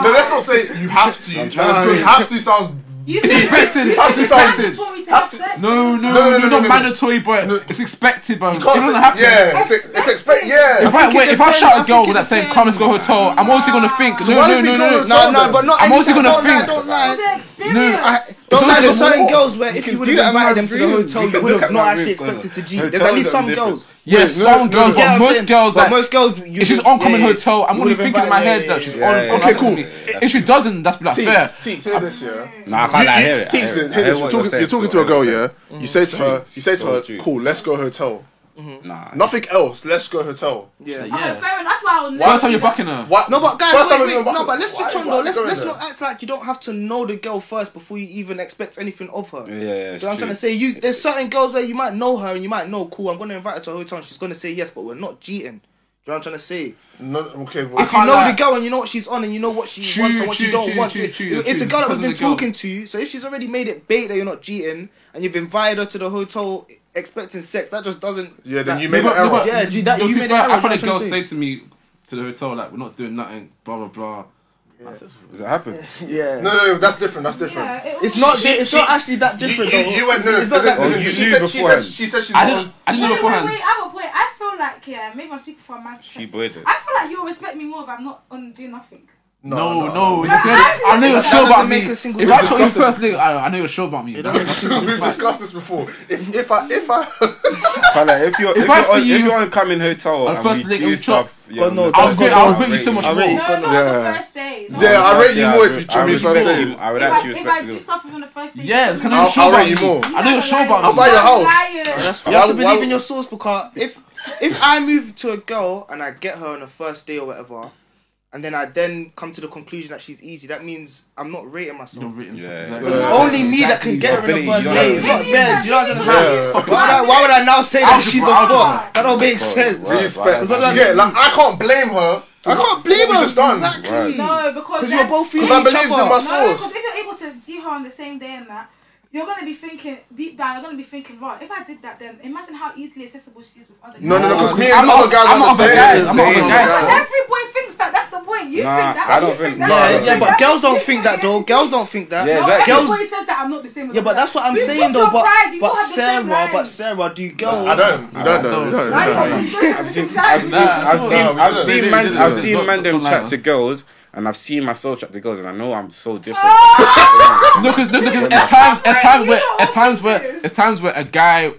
S3: no, let's not say you have to.
S2: I'm trying to
S3: Because
S2: think.
S3: have to sounds.
S5: You
S4: It's
S5: think-
S4: expected.
S5: you
S4: It's
S5: think it's
S4: expected.
S5: mandatory to have sex?
S4: No, no,
S3: no,
S4: no,
S3: no, no,
S4: not
S3: no.
S4: mandatory, but it's expected. But it
S3: Can't
S4: doesn't
S3: say-
S4: happen.
S3: Yeah, it's, it's expect. Yeah.
S4: If I,
S1: think it
S4: wait, if I
S1: depends. I
S4: shout a
S1: think
S4: girl
S1: it
S4: with that saying,
S1: depends.
S4: "Come, let's go hotel," I'm also gonna think.
S5: So
S4: No,
S3: why
S4: no,
S3: don't we
S4: no,
S3: go
S4: no,
S3: hotel?
S4: no.
S1: No, no, but not.
S4: I'm also
S1: anything.
S4: gonna
S1: Don't lie,
S4: think.
S1: Don't lie.
S5: The experience.
S1: Don't lie. There's
S4: It's
S1: certain
S4: all-
S1: girls where if
S2: can
S1: you would
S2: do
S1: have
S2: that in my
S1: invited them to the
S2: room.
S1: hotel,
S2: You
S1: you
S2: can
S1: would
S2: look
S1: have
S2: at
S1: not
S2: my
S1: actually
S2: room, brother.
S1: expected to G.
S2: Hotels
S1: There's at least
S2: are
S1: some
S2: different.
S1: girls.
S4: Yes,
S3: no,
S4: some
S3: no,
S4: girls,
S3: no,
S1: Yeah,
S4: but
S1: I'm
S4: most
S1: saying,
S4: girls,
S1: but
S4: like
S1: most girls, you
S4: if she's
S1: should-
S4: on common
S1: yeah, yeah.
S4: hotel, I'm
S1: You
S4: gonna be
S1: would've
S4: thinking in my
S1: invited-
S4: head that she's
S1: yeah,
S4: on.
S2: yeah, yeah.
S4: on
S3: Okay,
S4: that
S3: cool.
S4: company. If she doesn't, that's not fair.
S3: Teach this, yeah.
S2: Nah, I can't lie, I hear it. I hear it.
S3: Teach
S2: I hear
S3: this. Hear this. You're
S2: what
S3: talking,
S2: saying,
S3: you're talking
S2: so
S3: to a girl,
S2: I hear
S3: yeah.
S2: it.
S3: You say to her,
S2: True.
S3: you say to
S2: So
S3: her,
S2: true.
S3: cool, let's go hotel.
S2: Nah.
S3: Nothing else. Let's go hotel.
S1: Yeah.
S4: Yeah.
S5: Okay, Oh, fair enough. That's why I would never.
S4: First time
S5: do
S4: you're
S5: that.
S4: bucking her.
S3: What?
S1: No, but guys,
S3: First
S1: wait,
S3: time
S1: wait,
S3: we went back-
S1: no, but let's
S3: Why-
S1: switch on
S3: why
S1: though.
S3: are we
S1: Let's
S3: going
S1: let's
S3: there?
S1: not act like you don't have to know the girl first before you even expect anything of her.
S2: Yeah, yeah, it's
S1: So I'm trying
S2: true.
S1: to say you. There's certain girls where you might know her and you might know, cool. I'm gonna invite her to a hotel. and She's gonna say yes, but we're not cheating. Do you know what I'm trying to say?
S3: No, okay, well,
S1: If you know
S4: lie.
S1: the girl and you know what she's on and you know what she
S4: True,
S1: wants and what she
S4: true,
S1: don't
S4: true,
S1: want,
S4: true,
S1: it-
S4: true,
S1: it's
S4: true.
S1: the girl that
S4: Because
S1: we've
S4: of
S1: been
S4: the girl.
S1: talking to. So if she's already made it bait that you're not cheating and you've invited her to the hotel expecting sex, that just doesn't.
S3: Yeah, then
S1: that-
S3: you made
S4: No,
S3: an
S4: but- no,
S3: error.
S4: but-
S1: Yeah, G, that-
S4: yo,
S1: you
S4: to
S1: made
S4: be
S1: an
S4: fair,
S1: error,
S4: I've had
S1: I'm
S4: a
S1: trying
S4: girl
S1: to
S4: say
S1: say.
S4: to me to the hotel like, "We're not doing nothing." Blah blah blah. I said,
S2: Does it happen?
S1: Yeah.
S3: No, no, no, that's different. That's different.
S5: Yeah, it
S1: It's
S5: was-
S1: not.
S3: She-
S1: it's
S3: she-
S1: not actually that different
S3: you,
S1: though.
S3: you, you went no.
S1: It's not that.
S2: Oh,
S3: listen,
S2: you
S3: she,
S2: knew
S3: said, she said
S2: beforehand.
S3: she said she's
S4: I
S3: not-
S4: didn't. I didn't know
S5: Wait, wait, wait,
S4: beforehand.
S5: I have a point. I feel like, yeah, maybe I'm speaking for my
S2: She
S5: perspective.
S2: boyed it.
S5: I feel like you'll respect me more if I'm not on doing nothing.
S4: No, no,
S5: no.
S4: you're good. I know you're
S1: That
S4: sure about
S1: doesn't
S4: me.
S1: make a
S4: If
S1: single
S4: I
S1: difference.
S4: told you first thing, I I know you're sure about me. man.
S3: We've discussed this before. If if I if I
S2: Fella, if you're if, you're,
S4: I
S2: on,
S4: see
S2: if
S4: you-
S2: you're on coming hotel
S4: On
S2: and
S4: first
S2: we
S4: link,
S2: do
S4: I'm
S2: stuff,
S4: shocked.
S2: yeah,
S1: God knows.
S2: I'm
S1: I
S4: was great- I was great, you so much
S2: I rate
S4: more.
S5: No,
S2: you.
S5: not on
S3: Yeah.
S5: the first day. No.
S3: yeah, I rate you
S2: Yeah,
S3: more
S2: I
S3: if you
S2: would-
S3: treat
S2: I
S3: me
S2: respect
S3: first.
S2: you.
S3: day.
S2: I would
S5: If I,
S2: actually
S5: if
S2: respect
S5: I do
S2: you.
S5: stuff with you on the first day.
S4: Yeah, it's
S5: you
S4: kind of
S3: I'll- I'll
S4: sure about
S3: rate you
S4: me.
S3: more.
S4: I know you're sure about
S3: I'll
S4: me.
S3: buy your house.
S5: house.
S1: You have to
S3: Why-
S1: believe
S3: why-
S1: in your source because if if I move to a girl and I get her on the first day or whatever, and then I then come to the conclusion that she's easy, that means I'm not rating myself.
S4: You're written-
S2: Yeah.
S4: exactly.
S1: It's
S3: Yeah.
S1: only me that can get her in
S2: Ability,
S1: the first
S2: you don't
S1: day.
S2: have
S1: It's not
S5: ability.
S1: there. Do you know what I'm
S3: Yeah.
S1: saying? Why would, I, why would I now say that
S4: Algebra,
S1: she's a
S4: algebra.
S1: fuck? That don't make
S2: Right,
S1: sense.
S2: right,
S3: Respect.
S2: right.
S3: That's what I get. Like I can't blame her.
S1: I can't believe
S3: What we
S1: her.
S3: just done.
S1: Exactly.
S5: No, because
S1: Because
S5: then-
S1: you're both feeling
S3: I
S1: each
S3: believed in
S1: other.
S3: myself.
S5: No,
S3: source.
S5: because if you're able to G her on the same day and that, you're gonna be thinking deep down. You're gonna be thinking, right? If I did that, then imagine how easily accessible she is with other.
S3: No, no, no.
S5: guys.
S3: Because me and
S4: I'm
S3: other
S4: not-
S3: guys
S4: I'm
S3: are
S4: not
S3: the same.
S4: other guys, I'm not
S2: other
S3: Same
S4: guys.
S5: But
S3: guy.
S5: every boy thinks that. That's the point. You
S2: Nah,
S5: think that.
S2: I
S5: you
S2: don't think- nah,
S5: that.
S1: Yeah,
S5: you
S1: yeah,
S5: think
S1: but
S5: that,
S1: girls
S5: you
S1: don't think that though. Girls don't think that.
S2: Yeah,
S5: No,
S2: exactly.
S5: Everybody
S1: Girls.
S5: says that I'm not the same. as
S1: Yeah,
S5: other
S1: but
S5: guys.
S1: that's what I'm
S5: You've
S1: saying
S5: got
S1: though.
S5: your
S1: But
S5: pride, you've
S1: but
S5: got the same
S1: Sarah, but
S5: lines.
S1: Sarah, do girls?
S3: I don't. You don't know.
S4: I don't.
S3: You don't
S4: Nah,
S3: know.
S4: nah,
S5: I've
S2: I've seen, I've seen,
S4: Nah,
S2: I've
S4: no,
S2: seen,
S3: no,
S2: I've
S3: no,
S2: seen
S4: no, no,
S2: man,
S4: no,
S2: I've
S4: no,
S2: seen
S4: no,
S2: man them
S4: no,
S2: chat
S4: no.
S2: to girls and I've seen myself trap to girls, and I know I'm so different.
S4: No, because no, because at times, at times where, at times where, at times where a guy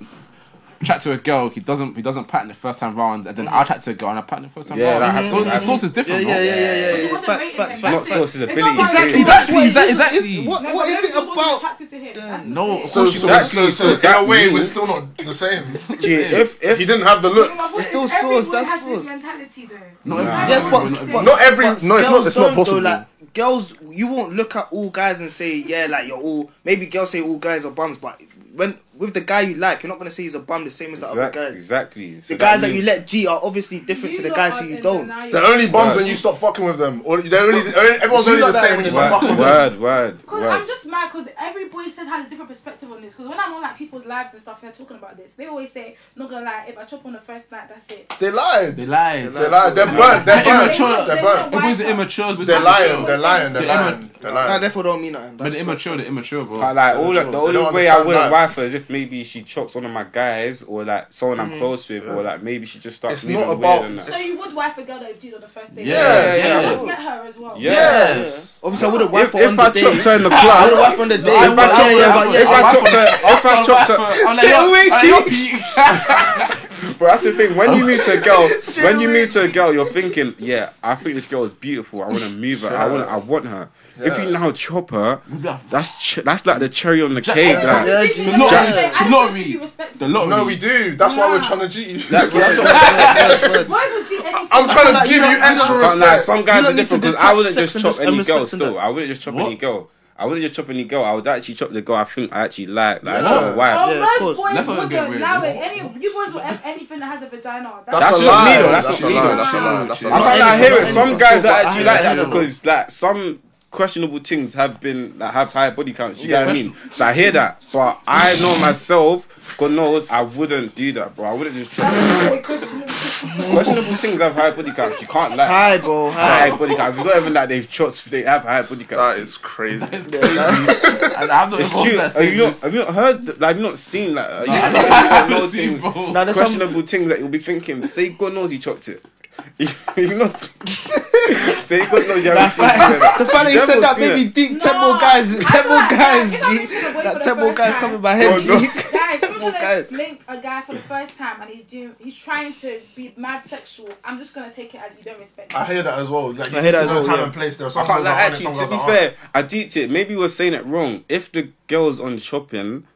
S4: chat to a girl, he doesn't, he doesn't pattern the first time round, and then I chat to a girl and I pattern the first time
S2: Yeah, that
S4: round.
S2: happens.
S4: Source,
S2: That
S4: source is
S1: Yeah,
S4: different.
S1: yeah,
S4: bro.
S1: yeah, yeah, yeah.
S5: She
S1: yeah.
S5: wasn't
S1: Facts,
S5: rating
S1: facts,
S5: him.
S1: facts.
S2: Not source's
S5: It's not
S2: ability.
S5: like-
S2: it's-
S4: Exactly, exactly, exactly. exactly.
S1: What, what is it about?
S4: No, of
S3: So,
S4: course you
S3: so,
S4: don't.
S3: so, so
S2: Exactly.
S3: that way we're
S2: Means-
S3: still not the same.
S2: Yeah, if if
S3: he didn't have the looks.
S1: It's still sauce,
S5: source.
S1: that's
S5: has this
S1: sauce.
S5: mentality though.
S4: Not every
S2: Nah.
S4: girl,
S1: Yes,
S4: not
S1: but,
S4: every- not every-
S1: but
S3: Not every-
S1: but
S3: no, it's not-
S1: girls
S3: it's not
S1: don't, though,
S3: possible.
S1: like girls, you won't look at all guys and say, yeah, like you're all. Maybe girls say all guys are bums, but when with the guy you like, you're not gonna say he's a bum the same as the other
S2: exactly,
S1: guys.
S2: exactly. So
S1: The guys that
S2: means-
S1: you let G are obviously different to the
S5: lot
S1: guys
S5: are
S1: who you
S5: in
S1: don't.
S5: denial.
S3: They're only bums
S2: Word.
S3: when you stop fucking with them. Or they're only, they're only- everyone's
S1: You
S3: only
S1: lot
S3: the
S1: that
S3: same
S1: are
S3: when you
S1: in
S3: stop
S1: denial.
S3: fucking
S2: Word,
S3: with them.
S2: word, word,
S5: Because I'm
S2: word.
S5: just mad because every boy said has a different perspective on this. Because when I'm on like people's lives and stuff and they're talking about this, they always say, not gonna lie, if I chop on the first night, that's it.
S3: They lied.
S4: They lied.
S3: They lied. They're burnt. They're
S4: They're
S3: burnt.
S4: immature.
S3: They're
S4: It
S3: burnt.
S4: was immature.
S3: They're lying. They're
S5: They're
S3: lying. They're
S4: immature.
S3: lying. They're
S1: Nah,
S3: lying.
S1: therefore don't mean nothing.
S4: But
S1: That's
S4: they're immature. They're immature, bro.
S2: But, like all
S3: They
S2: the, the
S3: don't
S2: only way I
S3: understand
S2: wouldn't
S3: that.
S2: wife her is if maybe she chops one of my guys or like someone I'm close with or like maybe she just starts
S3: It's
S2: moving
S3: not
S2: weird
S3: about-
S2: and that.
S5: So you would wife a girl that you did on the first date?
S2: yeah, yeah,
S3: Yeah.
S5: You
S2: yeah.
S5: just met her as well.
S3: Yes.
S1: Obviously, I would have wiped
S2: If,
S1: for on
S2: if
S1: the
S2: I
S1: day.
S2: chopped her in the
S1: I would have
S2: club,
S1: wiped on the day.
S2: if I
S1: but I
S2: chopped
S1: don't care
S2: her,
S1: about-
S2: if
S1: yeah,
S2: I
S1: but-
S2: chopped her, if I chopped her, but that's the thing. When you meet a girl, when you meet a girl, you're thinking, yeah, I think this girl is beautiful. I want to move her. I want, I want her. If you now chop her, that's ch- that's like the cherry on the cake.
S4: Jack-
S2: Like.
S1: Yeah,
S5: Did you
S1: G.
S5: not
S4: Not-
S5: respect- I
S4: not
S5: don't think
S4: really.
S5: you respect
S4: The lot.
S3: No, we do. That's why we're
S5: Nah.
S3: trying to cheat you.
S1: That's what I'm saying, word, word.
S5: Boys would cheat anything.
S3: I'm trying to
S1: Like, you
S3: give
S1: know-
S3: you
S1: you know-
S3: extra
S2: But like
S3: respect.
S2: some guys
S1: You
S2: are
S1: don't need to
S2: different because I
S1: detach
S2: wouldn't just
S1: sex and
S2: chop
S1: res-
S2: any
S1: and
S2: girl.
S1: respect in
S2: Still,
S1: that.
S2: I wouldn't just chop any
S4: What?
S2: girl. I wouldn't just chop any girl. I would actually chop the girl I think I actually like, like
S3: Yeah.
S2: chop a wife.
S5: Oh,
S1: Yeah, of course.
S5: most boys
S4: That's what I'm getting
S5: would
S4: weird.
S5: allow it. Any, you boys will F anything that has a vagina.
S2: That's what
S3: a lie.
S2: me though, that's what
S3: a
S2: me
S3: lie,
S2: though.
S3: That's a lie. That's a
S2: I
S1: Not
S2: can't
S3: lie.
S1: anyone,
S2: like, hear it.
S1: not
S2: Some
S1: anyone.
S2: guys
S1: Sure,
S2: are
S1: but
S2: actually
S1: I-
S2: like
S1: I
S2: that
S1: know.
S2: because like some questionable things have been like have high body counts. You know what I mean? So I hear that, but I know myself. God knows I wouldn't do that, bro. I wouldn't just chop.
S5: That's
S2: questionable things have high body counts. You can't like
S1: Hi, bro. Hi.
S2: high body counts. It's not even like they've chopped. They have high body counts.
S3: That is crazy.
S4: And I'm not
S2: It's
S4: involved in
S2: true.
S4: that
S2: Have you
S4: thing.
S2: not, have you not heard? Like, have you not seen like? Are you not know
S4: See,
S2: things,
S4: bro.
S1: Now, there's some-
S2: questionable things that you'll be thinking. Say God knows you chopped it. You've not. seen- Say God knows you haven't
S1: That's
S2: seen
S1: right.
S2: it.
S1: The fact that you said
S2: Devil
S1: that
S2: seen
S1: made me
S2: it.
S1: deep.
S5: No,
S1: Ten more guys.
S5: I
S1: Ten more
S5: can't.
S1: guys,
S5: If I'm
S1: G.
S5: looking at a boy for
S1: That
S5: the
S1: ten more
S5: first
S1: guys
S5: time-
S1: coming by head,
S2: No, no.
S1: G.
S5: Guys,
S1: Ten
S5: I'm
S1: more
S5: just gonna
S1: guys.
S5: link a guy for the first time and he's doing, he's trying to be mad sexual. I'm just gonna take it as you don't respect.
S6: I
S5: me.
S6: hear that as well. Like,
S1: I hear that
S6: there's
S1: as well,
S6: no time
S1: yeah.
S6: and place. There are
S2: I
S6: some
S2: can't
S6: girls
S2: like
S6: that are on it, some
S2: actually. To
S6: girls
S2: be
S6: that aren't.
S2: fair, I deeped it. Maybe we're saying it wrong. If the girl's on shopping,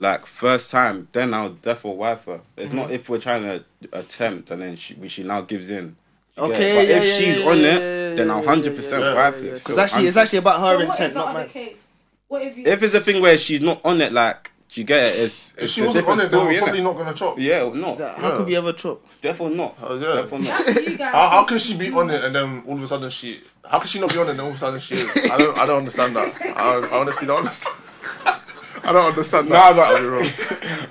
S2: like first time, then I'll therefore wife her. It's not if we're trying to attempt and then she she now gives in. You get it?
S1: Okay,
S2: but
S1: yeah,
S2: if
S1: yeah,
S2: she's
S1: yeah,
S2: on
S1: yeah,
S2: it,
S1: yeah,
S2: then
S1: yeah,
S2: I'll
S1: yeah,
S2: hundred percent
S1: yeah,
S2: wife
S1: yeah.
S2: it.
S1: Because actually, it's actually about
S5: So
S1: her
S5: what if
S1: intent,
S5: the
S1: not
S5: other
S1: mine.
S5: case? What if you?
S2: If it's a thing where she's not on it, like do you get it, it's
S3: If
S2: it's
S3: she
S2: a
S3: wasn't on
S2: different
S3: it, then
S2: story,
S3: we're
S2: innit?
S3: probably not gonna chop.
S2: Yeah, no,
S1: How could we ever trip?
S2: therefore not.
S3: Oh, yeah.
S2: Therefore not.
S5: That's you guys.
S3: How, how can she be on it and then all of a sudden she? How can she not be on it and then all of a sudden she is? I don't. I don't understand that. I, I honestly don't understand. I don't understand
S2: Nah,
S3: that.
S2: but-
S3: I'll be wrong.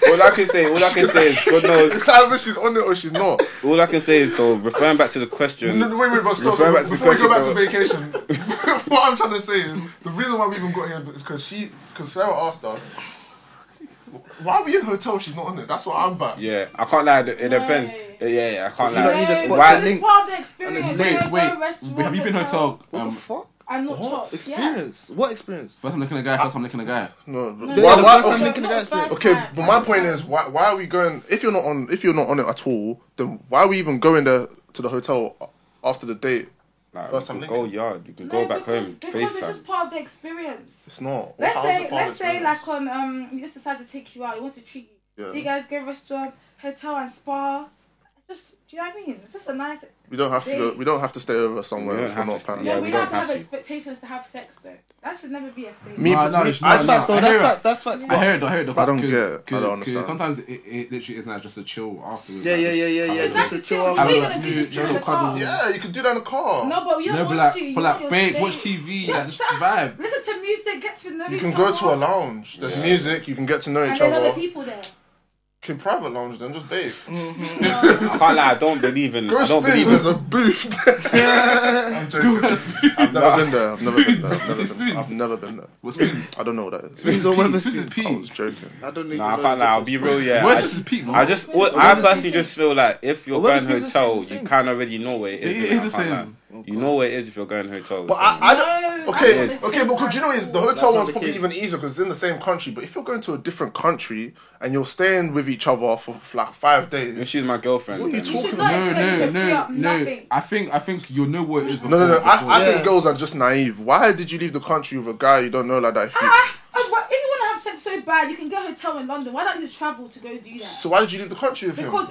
S2: all I can say, all I can say is God knows.
S3: It's either she's on it or she's not.
S2: All I can say is though, referring back to the question.
S6: No, no, wait, wait, but stop.
S2: Refer back to the
S6: Before we go back to
S2: question,
S6: vacation, what I'm trying to say is the reason why we even got here is because she, because Sarah asked her, why are we in a hotel if she's not on it? That's what I'm back.
S2: Yeah, I can't lie. It it depends.
S5: Right.
S2: Yeah, yeah, I can't
S1: You
S2: lie.
S1: don't need a spot
S2: Why-
S1: to link.
S5: Part of the experience.
S1: Wait,
S5: Go
S4: Wait, wait.
S5: restaurant,
S4: Have you been hotel?
S1: What the
S4: um,
S1: fuck?
S5: I'm not chopped. Yeah.
S1: Experience. What experience?
S4: First time looking at a guy. First time looking at a guy.
S3: No.
S5: No,
S3: why,
S1: the
S3: why,
S1: first time link-
S3: okay,
S1: thinking
S5: not
S1: of that
S5: the
S1: experience.
S5: first
S3: okay,
S5: time.
S3: but my point is, why, why are we going? If you're not on, if you're not on it at all, then why are we even going there to the hotel after the date?
S2: Like,
S3: First time
S2: you can go
S3: link.
S2: yard. You can
S5: No,
S2: go back
S5: because,
S2: home.
S5: Because it's
S2: FaceTime.
S5: just part of the experience.
S3: It's not.
S5: Let's
S3: How's
S5: say,
S3: it part of
S5: let's say,
S3: experience?
S5: like on um, you just decide to take you out. You want to treat you.
S3: Yeah.
S5: So you guys go restaurant, hotel, and spa. Just, do you know what I mean? It's just a nice.
S3: we don't have to go. We don't have to stay over
S2: We
S3: somewhere
S2: don't
S3: if we're
S2: have
S3: not
S2: to stay-
S3: planning.
S2: Yeah,
S5: no,
S2: we
S5: we,
S2: don't
S5: don't have to have
S2: have to.
S5: expectations to have sex though. That should never be a thing.
S3: Me,
S4: No, no,
S3: me-
S4: it's
S3: I
S1: That's
S4: not,
S3: just-
S4: no.
S1: facts, though.
S4: I
S1: That's
S4: hear it.
S1: facts. That's facts.
S4: I hear it. though, I hear it. though,
S3: I don't
S4: cause-
S3: get it, I
S4: cause-
S3: don't
S4: cause
S3: understand.
S4: Sometimes it, it literally is not just a chill afterwards.
S1: Yeah,
S4: like,
S1: yeah,
S4: just-
S1: yeah, yeah, yeah.
S4: I don't
S1: Just
S4: know.
S1: a
S5: That's
S1: chill
S5: chill.
S1: out.
S5: What are you
S4: Have a
S5: gonna do? Just
S4: smooth
S5: chill in the
S4: little cuddle.
S5: car?
S3: Yeah, you can do that in the car.
S5: No, but you
S4: No,
S5: don't
S4: but
S5: want
S4: like,
S5: to. You
S4: but
S5: want
S4: like,
S5: your
S4: babe,
S5: space.
S4: watch TV.
S5: Yeah,
S4: Like, just
S5: that-
S4: vibe.
S5: Listen to music. Get to know
S3: You
S5: each
S3: can
S5: other.
S3: go to a lounge. There's music. You can get to know
S5: And
S3: each
S5: there's
S3: other.
S5: other people Mm. there.
S3: Can private lounge then just date.
S2: I can't lie. I don't believe in.
S3: Go
S2: I don't
S3: spoons.
S2: believe
S3: There's
S2: in.
S3: a booth. I'm joking. I've never been there. I've never been there. I've never been there. I've never been there.
S4: What's spoons?
S3: I don't know what that is.
S1: Spoons or whatever
S4: Spoons is
S1: spoons.
S3: I was
S4: peas.
S3: joking.
S1: I don't even
S2: Nah, I
S1: know.
S2: can't
S1: the
S2: lie. I'll be real. Yeah.
S4: Where's
S2: I-
S4: this is peas, man?
S2: I just, well,
S5: Where's
S2: I
S5: the
S2: personally
S5: speaker?
S2: just feel like if you're
S1: Well, where's
S2: going
S1: the speaker's
S2: hotel,
S1: the
S2: you
S1: same?
S2: kind of already know where it
S4: It
S2: is.
S4: is the
S2: innit? I can't lie.
S4: same.
S2: You know where it is if you're going hotel. with
S3: But I,
S2: someone.
S3: I don't.
S5: No,
S3: Okay,
S5: that's not
S3: okay,
S5: the
S3: but
S5: case
S3: could you know is the
S5: at
S3: hotel
S5: all.
S1: That's not
S3: one's
S1: the
S3: probably
S1: case.
S3: even easier because it's in the same country. But if you're going to a different country and you're staying with each other for like five
S2: if
S3: days,
S2: she's my girlfriend,
S3: What are you
S2: then-
S3: talking
S5: should not
S4: No,
S5: expect
S4: no,
S5: to do
S4: no,
S5: up
S4: no.
S5: nothing.
S4: I think I think you'll know what it is. Before,
S3: no, no, no.
S4: before.
S3: I, I think
S1: Yeah.
S3: girls are just naive. Why did you leave the country with a guy you don't know like that? If you,
S5: Ah, ah, well, if you want to have sex so bad, you can get a hotel in London. Why don't you travel to go do that?
S3: so why did you leave the country with him?
S5: because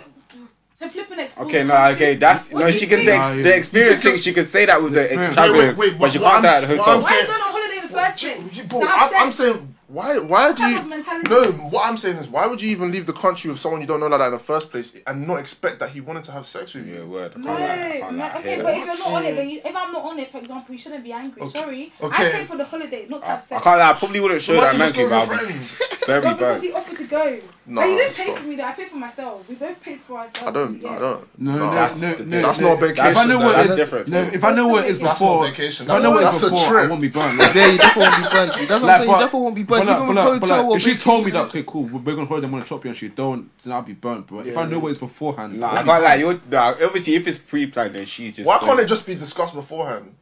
S5: the flipping explore.
S2: Okay, no, okay, that's
S5: What
S2: no.
S5: do
S2: She
S5: you
S2: can the,
S5: think?
S2: ex-
S4: No,
S2: the experience thing. She can say that with the
S4: Experience.
S2: traveling,
S3: Wait, wait, wait,
S2: but she can't
S3: what-
S2: say
S3: what
S2: at the
S3: I'm-
S2: hotel.
S3: what
S5: Why are you going on holiday in the first place?
S3: You-
S5: To
S3: bro,
S5: have
S3: I'm, I'm
S5: sex?
S3: saying why? Why do
S5: Type
S3: you?
S5: of mentality.
S3: No, what I'm saying is why would you even leave the country with someone you don't know like that in the first place and not expect that he wanted to have sex with
S2: Yeah,
S3: you?
S2: word. I can't
S5: No,
S2: lie, I can't
S5: no,
S2: lie, I
S5: okay,
S2: hate
S5: but
S2: that.
S5: if you're not on it, then you, if I'm not on it, for example, you shouldn't be angry.
S3: Okay.
S5: Sorry,
S3: Okay.
S5: I paid for the holiday, not to
S2: I, I
S5: have sex.
S2: can't lie. I probably wouldn't show that
S3: Why don't
S2: monkey,
S3: you just go with
S2: but I'd
S3: your
S2: be
S3: friend?
S2: very
S5: Well, because
S2: bad.
S5: he offered to go.
S3: No,
S5: but you didn't
S3: that's
S5: pay
S3: not-
S5: for me though. I paid for myself. We both paid for ourselves.
S3: I don't. I don't.
S4: No, no,
S3: that's-
S4: no, no, no.
S3: That's
S4: no.
S3: not a vacation.
S4: If I know what
S2: that's
S4: it is,
S2: different.
S4: no, if I know what it is
S5: That's
S4: before,
S6: not vacation.
S4: if I know what it
S3: That's
S4: is
S3: a
S4: before, I
S3: trip.
S4: won't be burnt. Like,
S7: Yeah, you definitely won't be burnt. you. That's what
S4: Like,
S7: I'm saying.
S4: but-
S7: you definitely won't be
S4: but
S7: burnt.
S4: like,
S7: Even
S4: but
S7: with
S4: like, but
S7: hotel
S4: like,
S7: or
S4: if she
S7: vacation,
S4: told me
S7: you
S4: that,
S7: know.
S4: okay, cool, we're going on holiday, I'm gonna chop you, and she don't, then I'll be burnt. But if I know what it's beforehand,
S2: Nah, I can't lie. You're, nah, obviously, if it's pre-planned, then she's just.
S3: Why can't it just be discussed beforehand?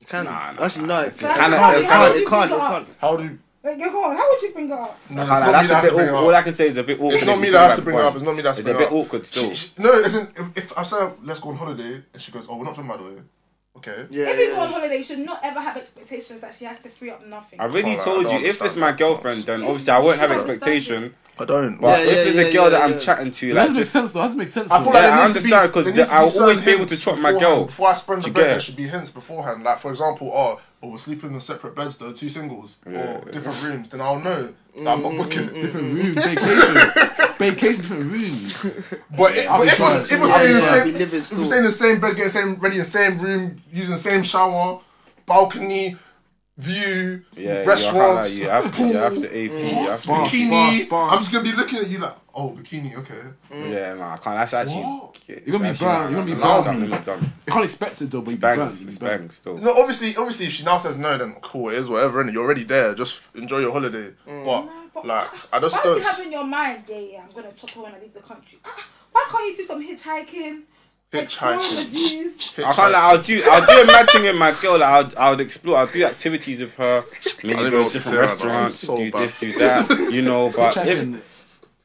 S1: You can't.
S2: Nah, nah,
S1: Actually,
S2: nah,
S1: no. It
S2: it's-
S1: can't.
S2: Kinda-
S1: It
S2: it's
S1: can't.
S5: kinda-
S1: It can't. It can't.
S3: How do? You,
S5: Wait, go on. How would you bring it up?
S3: no,
S2: I can't lie,
S3: it's not me that
S2: that's
S3: has
S2: a
S3: to
S2: bit.
S3: bring it
S2: Awkward.
S3: up.
S2: All I can say is a bit awkward.
S3: It's
S2: if
S3: not
S2: you
S3: me
S2: talk
S3: that
S2: about
S3: has to bring it
S2: porn.
S3: up. It's not me that has to
S2: It's
S3: bring
S2: a
S3: it up.
S2: bit awkward still.
S3: She- she- no, isn't. If, if I say let's go on holiday, and she goes, "Oh, we're not talking about it." Okay.
S1: Yeah,
S5: if you go
S1: yeah.
S5: on holiday, you should not ever have expectations that she has to free up nothing.
S2: I really
S3: Can't lie, I
S2: told
S3: don't
S2: you, if it's
S3: understand
S2: my
S3: that.
S2: girlfriend, then
S5: It's-
S2: obviously I won't have
S5: I understand
S2: expectation.
S3: I don't.
S2: But
S1: Yeah, yeah,
S2: if it's
S1: yeah,
S2: a girl
S1: yeah,
S2: that I'm
S1: yeah.
S2: chatting to,
S4: that
S2: like,
S4: doesn't make
S2: just
S4: sense. Though, that doesn't make sense.
S3: I feel
S4: though.
S3: like
S2: Yeah,
S3: there
S2: I
S3: needs to be-
S2: understand, 'cause
S3: there needs
S2: the-
S3: to
S2: I'll
S3: certain
S2: always be able to
S3: hints
S2: trot my
S3: beforehand.
S2: girl.
S3: Before I spread the
S2: You
S3: bed,
S2: get
S3: there
S2: it?
S3: should be hints beforehand. Like for example, oh, oh we're sleeping in separate beds though, two singles or different rooms. Then I'll know that I'm
S2: Mm,
S3: not booking.
S4: different room, vacation, vacation, different rooms.
S3: But it,
S4: I'll
S3: but
S4: be
S3: if we're
S4: fine.
S3: if we're
S1: I'll be
S3: staying in the
S1: fine.
S3: same
S1: I'll be living
S3: if we're
S1: still.
S3: staying in the same bed, getting same ready in the same room, using the same shower, balcony, view,
S2: yeah,
S3: restaurants,
S2: you have to,
S3: pool,
S2: you have to AP, you have to
S4: Spa,
S3: bikini.
S4: spa, spa.
S3: I'm just gonna be looking at you like, oh, bikini, okay.
S2: Yeah, nah, I can't. That's actually.
S3: What?
S2: You're
S4: gonna be burnt, you're gonna be
S3: burnt.
S2: You're not done.
S4: You can't expect it though, but
S2: It's
S4: you burn.
S2: bangs.
S4: you
S2: It's
S4: burn.
S2: bangs still.
S3: No, obviously, obviously, if she now says no, then cool, it is whatever. And you're already there. Just enjoy your holiday.
S2: Mm.
S3: But like, I just
S5: Why do
S3: don't.
S5: you have in your mind? Yeah, yeah, I'm gonna chop her when I leave the country. Ah, why can't you do some hitchhiking? explore the
S3: Hitchhiking.
S5: views.
S2: I can't like I'll do I'll do a mad thing with my girl. Like, I'll I'll explore. I'll do activities with her.
S3: don't
S2: Maybe
S3: even know
S2: go
S3: what
S2: to
S3: to
S2: some
S3: say right now.
S2: restaurants.
S3: I'm so
S2: do
S3: bad.
S2: this, do that. You know, but
S4: Check
S2: if
S4: in.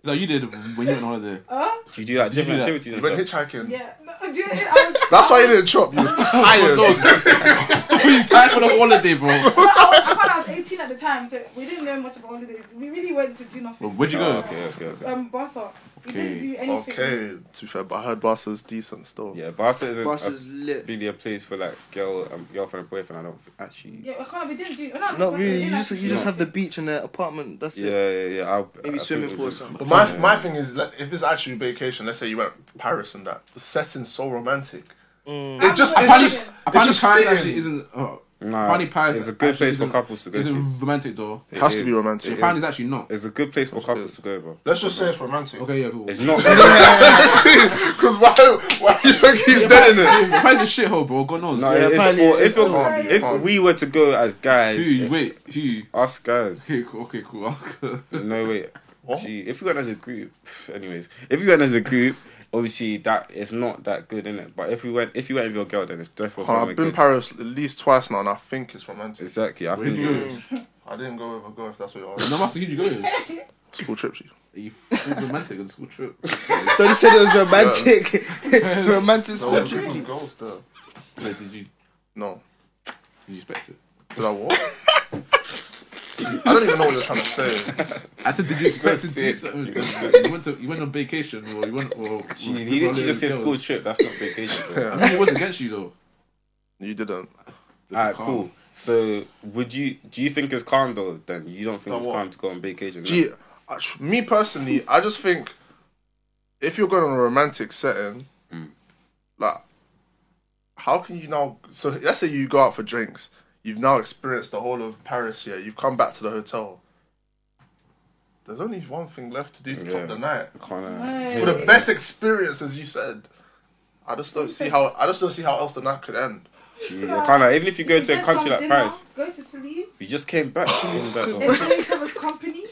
S4: Like you did when you went on holiday.
S5: Oh,
S2: you do like
S4: you do
S2: different
S4: that?
S2: activities
S3: You
S2: and
S3: went
S2: stuff.
S3: hitchhiking.
S5: yeah. No, do you- I was-
S3: That's why you didn't chop. You was tired.
S4: Oh, you tired for the holiday, bro?
S5: I thought I was 18 at the time, so we didn't know much about holidays. We really went to do
S4: Well,
S5: nothing.
S4: Where'd you
S2: Oh,
S4: go?
S2: okay, okay, okay.
S5: Um, Barca. We didn't
S4: Okay.
S5: do anything.
S3: okay, to be fair, but I heard Barca's decent still.
S2: Yeah, Barca isn't
S1: Bus
S2: a,
S1: is lit.
S2: really a place for like girl um, girlfriend and boyfriend. I don't actually.
S5: Yeah, I can't. We didn't do. No,
S1: Not
S5: we
S1: really. You
S5: didn't
S1: just you just have the beach and the apartment. That's
S2: Yeah,
S1: it.
S2: yeah, yeah. I'll,
S1: Maybe
S2: I think
S1: swimming
S2: we
S1: pool or
S2: would-
S1: something.
S3: But my my thing is, like, if it's actually vacation, let's say you went to Paris and that, the setting's so romantic. It just, it's
S4: Apparently,
S3: just, it's
S4: apparently
S3: just
S4: Paris
S3: fitting.
S4: actually isn't. Uh,
S2: Nah,
S4: apparently Paris
S2: It's a good
S4: actually
S2: place for
S4: isn't-
S2: couples to go
S4: Isn't
S2: to.
S4: romantic though.
S2: It
S3: has to
S2: is.
S3: be romantic.
S2: It
S4: Japan
S2: is.
S4: is actually not.
S2: It's a good place for couples to go, bro.
S3: Let's just say it's romantic.
S4: Okay, yeah, cool.
S2: It's not. no,
S3: Because why, why are you looking dead in it?
S4: Paris is a shithole, bro. God knows.
S1: Yeah,
S2: it's
S1: apparently
S2: for, if,
S1: it's
S2: you're-
S3: not.
S2: if we were to go as guys,
S4: Who?
S2: it-
S4: Wait, who?
S2: us guys.
S4: Okay, cool. Okay, cool.
S2: No wait.
S3: What?
S2: Gee, if you went as a group, anyways, if you went as a group, obviously that it's not that good in it. But if we went, if you went with your girl, then it's definitely
S3: Oh,
S2: something
S3: I've been
S2: good.
S3: Paris at least twice now, and I think it's romantic.
S2: exactly. I
S4: Where
S2: think.
S4: did you
S3: Mm.
S4: go?
S3: I didn't go with a girl if that's what you're asking.
S4: No, Master, who'd you go with? Are
S3: School trip, G.
S4: you fucking romantic on the school trip?
S1: So he said it was romantic. romantic
S3: No,
S1: school
S3: it
S1: trip.
S3: was girls there.
S4: Wait, did you did
S3: No.
S4: you expect it?
S3: Did I what? I don't even know what you're trying to say.
S4: I said, did you expect to do
S2: Sick.
S4: something? You went to you went on vacation or you went or
S2: Gee, he didn't just said school trip. That's not vacation. Bro.
S4: I mean, it was against you though.
S3: You didn't.
S2: Alright,
S4: Calm.
S2: cool. So, would you do you think it's calm though? Then you don't think
S3: No,
S2: it's
S3: what?
S2: calm to go on vacation?
S3: Gee,
S2: no?
S3: I- me personally, I just think if you're going on a romantic setting,
S2: Mm.
S3: like, how can you now? So let's say you go out for drinks. You've now experienced the whole of Paris. Yeah, you've come back to the hotel. There's only one thing left to do to
S2: Yeah.
S3: top the night.
S2: Kinda-
S3: for the best experience, as you said. I just don't see how I just don't see how else the night could end.
S2: Gee, I can't lie. Even if you go
S5: If
S2: to a
S5: get
S2: country
S5: some
S2: like
S5: dinner,
S2: Paris,
S5: Go to Salou.
S2: you just came back. Came back, though.
S5: Enjoy each other's company.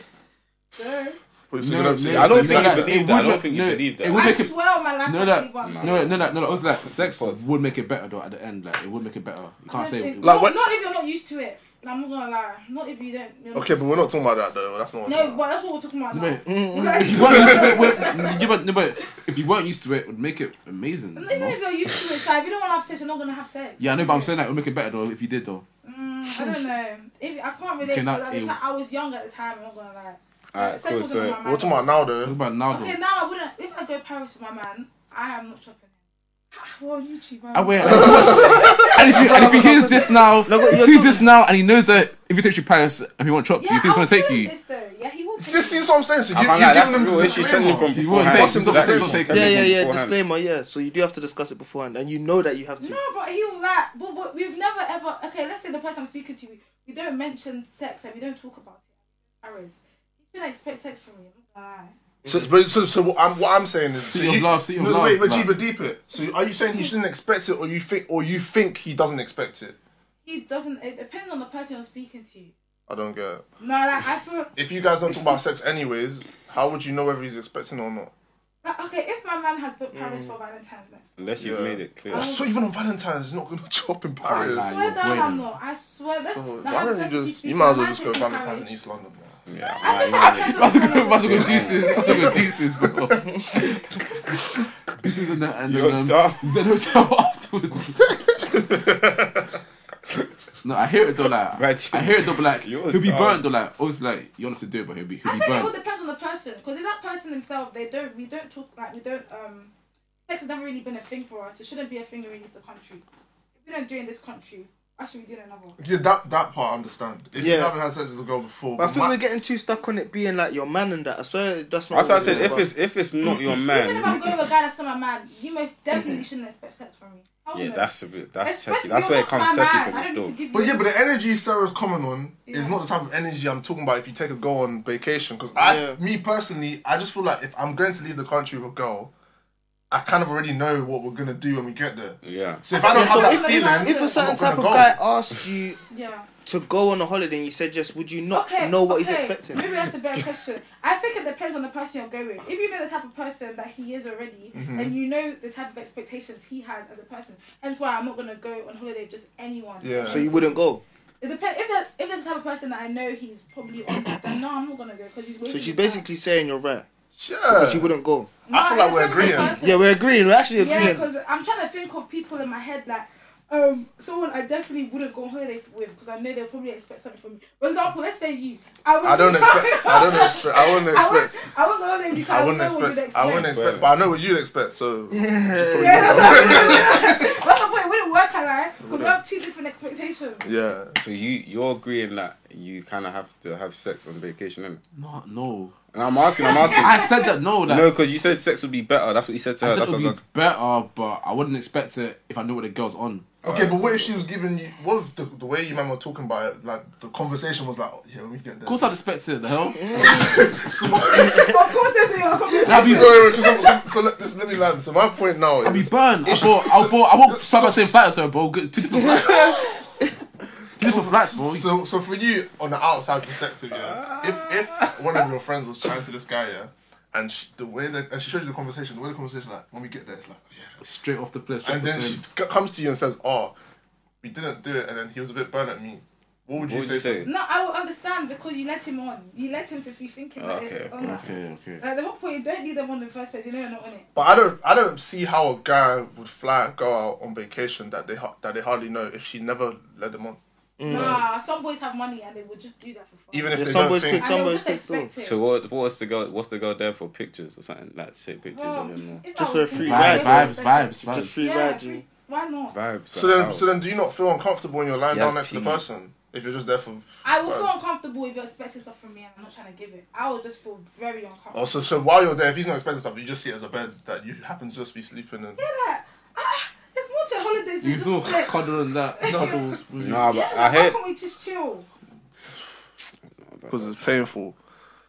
S5: Go.
S3: But
S4: No,
S3: gonna
S4: no,
S3: say-
S4: no,
S2: I don't think
S4: no,
S2: you
S4: no,
S2: believe
S4: it
S2: that. I
S4: would
S2: don't
S4: make-
S2: think you
S4: no,
S2: believe that.
S4: it would
S5: I
S4: make it-
S5: swear on my life,
S4: No,
S5: I
S4: that
S5: believe what I'm saying.
S4: no, no, no, no. It was like sex
S2: Pause.
S4: would make it better though. At the end, like it would make it better. You can't say.
S5: Not-
S3: Like, when-
S5: not if you're not used to it. I'm not gonna lie. Not if you don't. You're not-
S3: Okay, but we're not talking about that though. That's not. what I'm
S5: No,
S3: talking
S5: but that's what we're talking about now.
S4: No,
S5: Like,
S4: If you weren't used to it, would- yeah, but, no, but if you weren't used to it, it would make it amazing. you
S5: even
S4: know?
S5: if you're used to it, so if you don't want to have sex, you're not gonna have sex.
S4: Yeah, I know, but I'm saying that it would make it better though if you did though.
S5: Mm, I don't know. If, I can't relate.
S4: Okay, now
S5: because at the
S4: it-
S5: time, I was young at the time. I'm not gonna lie.
S2: Alright,
S5: Sex
S2: cool.
S5: wasn't
S2: So
S5: on my
S3: about. We're talking
S5: mind.
S3: about now
S4: Talk
S3: though.
S4: about now though.
S5: Okay, now I wouldn't. If I go to Paris with my man, I am not chopping. him. We're on YouTube.
S4: I
S5: aren't we?
S4: wait. and if you and if he hears this now,
S1: but
S4: he
S1: you're
S4: sees
S1: talking-
S4: this now, and he knows that if he takes you Paris, if he won't chop you,
S5: Yeah,
S4: you, if he's
S5: I
S4: gonna
S5: was
S4: take
S5: doing
S4: you.
S5: This though. Yeah, he was.
S3: See, see, that's what I'm saying. So you,
S2: I found
S3: you've
S2: out that's
S3: given them
S2: real
S3: the
S2: issue. Tell me
S3: disclaimer.
S2: from
S4: You won't
S2: beforehand.
S4: say it,
S2: Tell me
S4: don't
S2: from
S4: say it.
S2: beforehand.
S1: yeah, yeah, yeah. Disclaimer, yeah. So you do have to discuss it beforehand, and you know that you have to.
S5: No, but he will like. But, but we've never ever. Okay, let's say the person I'm speaking to, we, we don't mention sex and we don't talk about it. Paris, you shouldn't expect sex from me. I'm not gonna lie.
S3: So, but, so, so what I'm what I'm saying is,
S4: See
S3: so
S4: your
S3: you-
S4: love, see your
S3: no,
S4: love,
S3: Wait, but
S4: like-
S3: deeper, deeper. So, are you saying he shouldn't expect it, or you think, or you think he doesn't expect it?
S5: He doesn't. It depends on the person you're speaking to.
S3: I don't get. it.
S5: No, like I feel.
S3: If you guys don't talk about sex, anyways, how would you know whether he's expecting or not?
S5: Like, okay, if my man has booked
S3: Mm.
S5: Paris for Valentine's next.
S2: Unless you've
S3: Yeah.
S2: made it clear.
S3: So even on Valentine's, he's not gonna chop in Paris.
S5: I
S4: Nah,
S5: swear
S4: you're
S5: down
S4: waiting.
S5: I'm not. I swear that.
S3: So
S5: the
S3: why
S5: man
S3: don't
S5: says
S3: you
S5: he
S3: just?
S5: speaks-
S3: You might as
S5: the
S3: well
S5: man
S3: just go
S5: says he
S3: Valentine's in
S5: Paris.
S3: East London. man.
S2: Yeah,
S5: I
S2: alright,
S5: think
S2: you
S5: I
S2: want it.
S5: can
S4: That's a
S5: talk
S4: good,
S5: about
S4: that's a
S5: it.
S4: good deuces. That's a good deuces, bro. Deuces and then and
S2: You're
S4: then um,
S2: dumb.
S4: Zen Hotel afterwards. no, I hear it though. Like
S2: Right.
S4: I hear it though. But like
S2: You're
S4: he'll be
S2: dumb.
S4: burnt though. Like obviously, like you want to do it, but he'll be he'll
S5: I
S4: be
S5: think it all
S4: burnt.
S5: depends on the person. Because if that person themselves, they don't, we don't talk like we don't. Um, sex has never really been a thing for us. It shouldn't be a thing when we leave the country. If we don't do it in this country, why should we do it in another?
S6: Yeah, that that part I understand. If you
S1: Yeah.
S6: haven't had sex with a girl before,
S1: But I think
S6: my-
S1: we're getting too stuck on it being like your man and that. I swear that's not.
S2: That's why I
S1: what
S2: said
S1: we're
S2: if
S1: about.
S2: it's if it's not your
S5: Even if I'm
S2: man.
S5: going with a guy that's not my man, you most definitely shouldn't expect sex from me. Hell
S2: Yeah,
S5: no.
S2: that's a bit. That's
S5: Especially
S2: turkey. That's
S5: if
S2: where it
S5: you're not
S2: comes
S5: my
S2: turkey
S5: man.
S2: from
S5: I
S2: the
S5: don't need
S2: store.
S5: to give
S6: But
S5: you-
S6: yeah, but the energy Sarah's coming on
S5: Yeah.
S6: is not the type of energy I'm talking about if you take a girl on vacation. Because I,
S1: Yeah.
S6: me personally, I just feel like if I'm going to leave the country with a girl, I kind of already know what we're gonna do when we get there.
S2: Yeah.
S6: So if I don't
S1: Yeah,
S6: have
S1: so
S6: that
S1: if,
S6: feeling,
S1: if,
S6: I'm
S1: if a
S6: not
S1: certain
S6: gonna
S1: type of
S6: go.
S1: guy asked you
S5: yeah.
S1: to go on a holiday and you said yes, would you not
S5: Okay.
S1: know what
S5: okay.
S1: he's expecting?
S5: Maybe that's a better question. I think it depends on the person you're going with. If you know the type of person that he is already,
S2: Mm-hmm.
S5: and you know the type of expectations he has as a person, hence why I'm not gonna go on holiday with just anyone.
S6: yeah,
S1: So you wouldn't go.
S5: It depends. If that's if that's the type of person that I know he's probably on that, then no, I'm not gonna go because he's.
S1: So
S5: wasting
S1: she's
S5: my time.
S1: basically saying you're right,
S6: yeah.
S1: but you wouldn't go.
S5: No,
S6: I feel like we're
S5: it's not the
S6: agreeing.
S5: person.
S1: Yeah, we're agreeing. We're actually
S5: Yeah,
S1: agreeing.
S5: because I'm trying to think of people in my head like um someone I definitely wouldn't go on holiday with because I know they'll probably expect something from me. For example, let's say you. would-
S6: I don't expect. I don't expect. I wouldn't
S5: I wouldn't,
S6: expect.
S5: I wouldn't go on holiday because
S6: I
S5: I
S6: wouldn't
S5: know what
S6: expect.
S5: you'd expect.
S6: I wouldn't expect. But I know what you'd expect. So
S5: Yeah, that's what I'm saying. What's the point? It wouldn't work, alright? Because we have two different expectations.
S6: yeah.
S2: So you you're agreeing that you kind of have to have sex on vacation, innit?
S4: No, no.
S2: And I'm asking, I'm asking.
S4: I said that no. Like
S2: no, because you said sex would be better. That's what you said to
S4: I
S2: her.
S4: said
S2: That's
S4: it
S2: what
S4: would
S2: I
S4: be
S2: was-
S4: better, but I wouldn't expect it if I knew what the girl's on.
S6: Okay, but what if she was giving you? What if the, the way you man were talking about it? Like the conversation was like, yeah, when we get there.
S4: Of course, I'd expect it. The hell.
S5: of course, there's a conversation.
S4: I'd be,
S6: so, wait, wait, so, so, so let, this, let me land. So my point now
S4: I'd be
S6: is,
S4: burned. I bought. I bought. I bought
S6: so-
S4: five the same flights, so bro. Good, two different flights. two different flights, bro.
S6: so so for you on the outside perspective, yeah. If if one of your friends was chatting to this guy, yeah, and she, the way that and she showed you the conversation, the way the conversation like when we get there, it's like yeah,
S4: Straight off the plane. straight
S6: and
S4: off
S6: then
S4: the
S6: she
S4: plane.
S6: c- comes to you and says, oh, we didn't do it, and then he was a bit burned at me. What would
S2: What
S6: you
S2: would
S6: say?
S2: you say?
S5: No, I will understand because you let him on. You let him to be thinking that
S2: Okay,
S5: it's on that.
S4: Okay, okay.
S5: Like, the whole point, you don't need them on in the first place. You know you're not on it.
S6: But I don't, I don't see how a guy would fly go out on vacation that they ha- that they hardly know if she never led them on.
S5: Nah, some boys have money and they would just do that for fun.
S6: Even if
S1: Yeah,
S6: they
S1: some
S6: don't
S1: boys
S6: think,
S5: and
S1: Some
S5: they would
S1: boys
S5: just
S1: think so.
S5: expect it.
S2: So what? What's the girl? What's the girl there for? Pictures or something? Like to take pictures of
S5: Well,
S2: him.
S5: if I
S1: Just
S5: was
S1: for a free
S5: thinking,
S1: ride,
S5: if I
S4: Vibes,
S5: was
S4: vibes,
S5: expecting-
S4: vibes.
S1: Just free
S5: Yeah,
S1: ride.
S5: free- why not?
S2: Or vibes.
S6: so
S2: like,
S6: then,
S2: how?
S6: so then, do you not feel uncomfortable when you're lying
S2: He
S6: down
S2: has
S6: next to the
S2: penis.
S6: person if you're just there for?
S5: I will
S6: fun?
S5: feel uncomfortable if you're expecting stuff from me and I'm not trying to give it. I will just feel very
S3: oh,
S5: uncomfortable.
S6: Also, so while you're there, if he's not expecting stuff, you just see it as a bed that you happen to just be sleeping in.
S5: Like, ah, there's more to holidays than
S4: You saw
S5: just sex.
S4: cuddle and that cuddles.
S2: Nah, but
S5: Yeah,
S2: I
S5: why
S2: heard.
S5: can't we just chill?
S6: Because it's painful.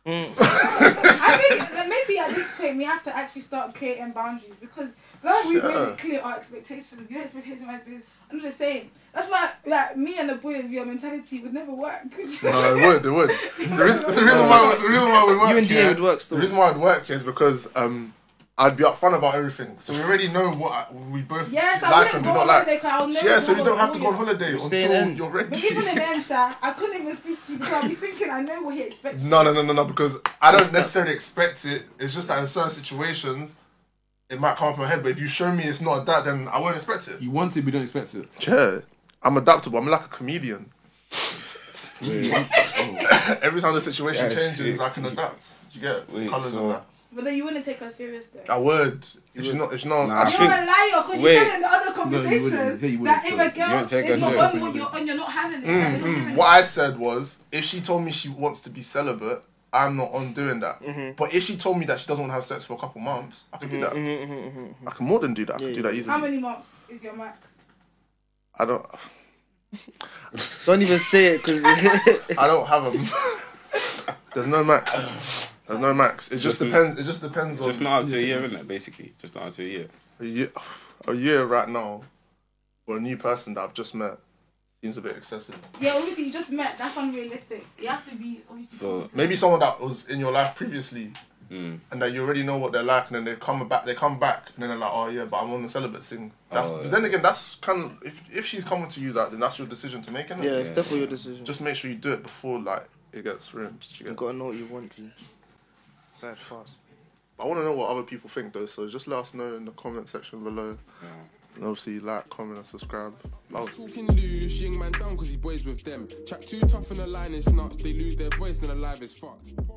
S5: I think that maybe at this point we have to actually start creating boundaries because Like we've made it clear our expectations, your expectations, my expectations. I'm just saying. That's why, like me and a boy with your mentality would never work.
S3: No, it would, it would. The reason, the reason why, the reason why we work
S1: You and DA
S3: here-
S1: would work
S3: The
S1: still.
S3: reason why I'd work here is because um, I'd be upfront about everything, so we already know what I, we both
S5: Yes, I
S3: like
S5: wouldn't
S3: and
S5: go
S3: do not
S5: on
S3: like.
S5: holiday 'cause I'll never
S3: yeah, so
S5: go
S3: you don't
S5: on
S3: have to go on
S5: holiday.
S3: holiday
S1: stay
S3: until
S1: in.
S3: you're
S5: But
S3: ready.
S5: even in then, Sha, I couldn't even speak to you because I'd be thinking I know what he expects.
S3: No, no, no, no, no, because I don't necessarily expect it. It's just that in certain situations, it might come up in my head. But if you show me it's not that, then I won't expect it.
S4: You want it, but you don't expect it.
S3: Yeah, I'm adaptable. I'm like a comedian. Every time the situation
S2: Yeah, it's-
S3: changes, I can adapt. You get
S2: Wait,
S3: colors
S2: so-
S3: and that.
S5: But then you wouldn't take us serious though.
S3: I would. If you're not, if you're not,
S2: Nah,
S3: I
S2: I
S5: You're
S3: should-
S2: think-
S5: a liar because you
S2: Wait.
S5: said in the other
S4: you wouldn't. Yeah,
S5: conversation
S4: you wouldn't
S5: that
S4: still.
S5: if a
S2: You
S5: girl
S2: don't take
S5: is
S2: us
S5: not
S2: serious.
S5: on what you're on, you're not having it. Like, you're not doing it.
S3: Mm, What I said was, if she told me she wants to be celibate, I'm not undoing that.
S2: Mm-hmm.
S3: But if she told me that she doesn't want to have sex for a couple months, I can do that.
S2: mm-hmm,
S3: I can more than do that. I can do that easily.
S5: How many months is your max?
S3: I don't.
S1: Don't even say it because
S3: I don't have them. There's no max. There's no max. It just
S2: Just-
S3: depends. It just depends on
S2: Just not up to a year, isn't it? Basically, just not up to a year.
S3: a year. A year right now for a new person that I've just met seems a bit excessive.
S5: Yeah, obviously you just met. That's unrealistic. You have to be obviously.
S2: So-
S3: Maybe someone that was in your life previously
S2: Mm.
S3: and that you already know what they're like, and then they come back, they come back, and then they're like, oh yeah, but I'm on the celibate thing. That's,
S2: Oh, yeah.
S3: but Then again, that's kind of if if she's coming to you, that then that's your decision to make, is
S1: yeah, it's
S2: Yeah.
S1: definitely your decision.
S3: Just make sure you do it before like it gets ruined. do You
S1: you
S3: get?
S1: gotta know what you want, G. That fast.
S3: I want to know what other people think though, so just let us know in the comment section below. And obviously, like, comment, and subscribe. Love.
S7: Talking loose, young man down cause he boys with them. Chat too tough in the line, it's nuts. They lose their voice and the life is fucked.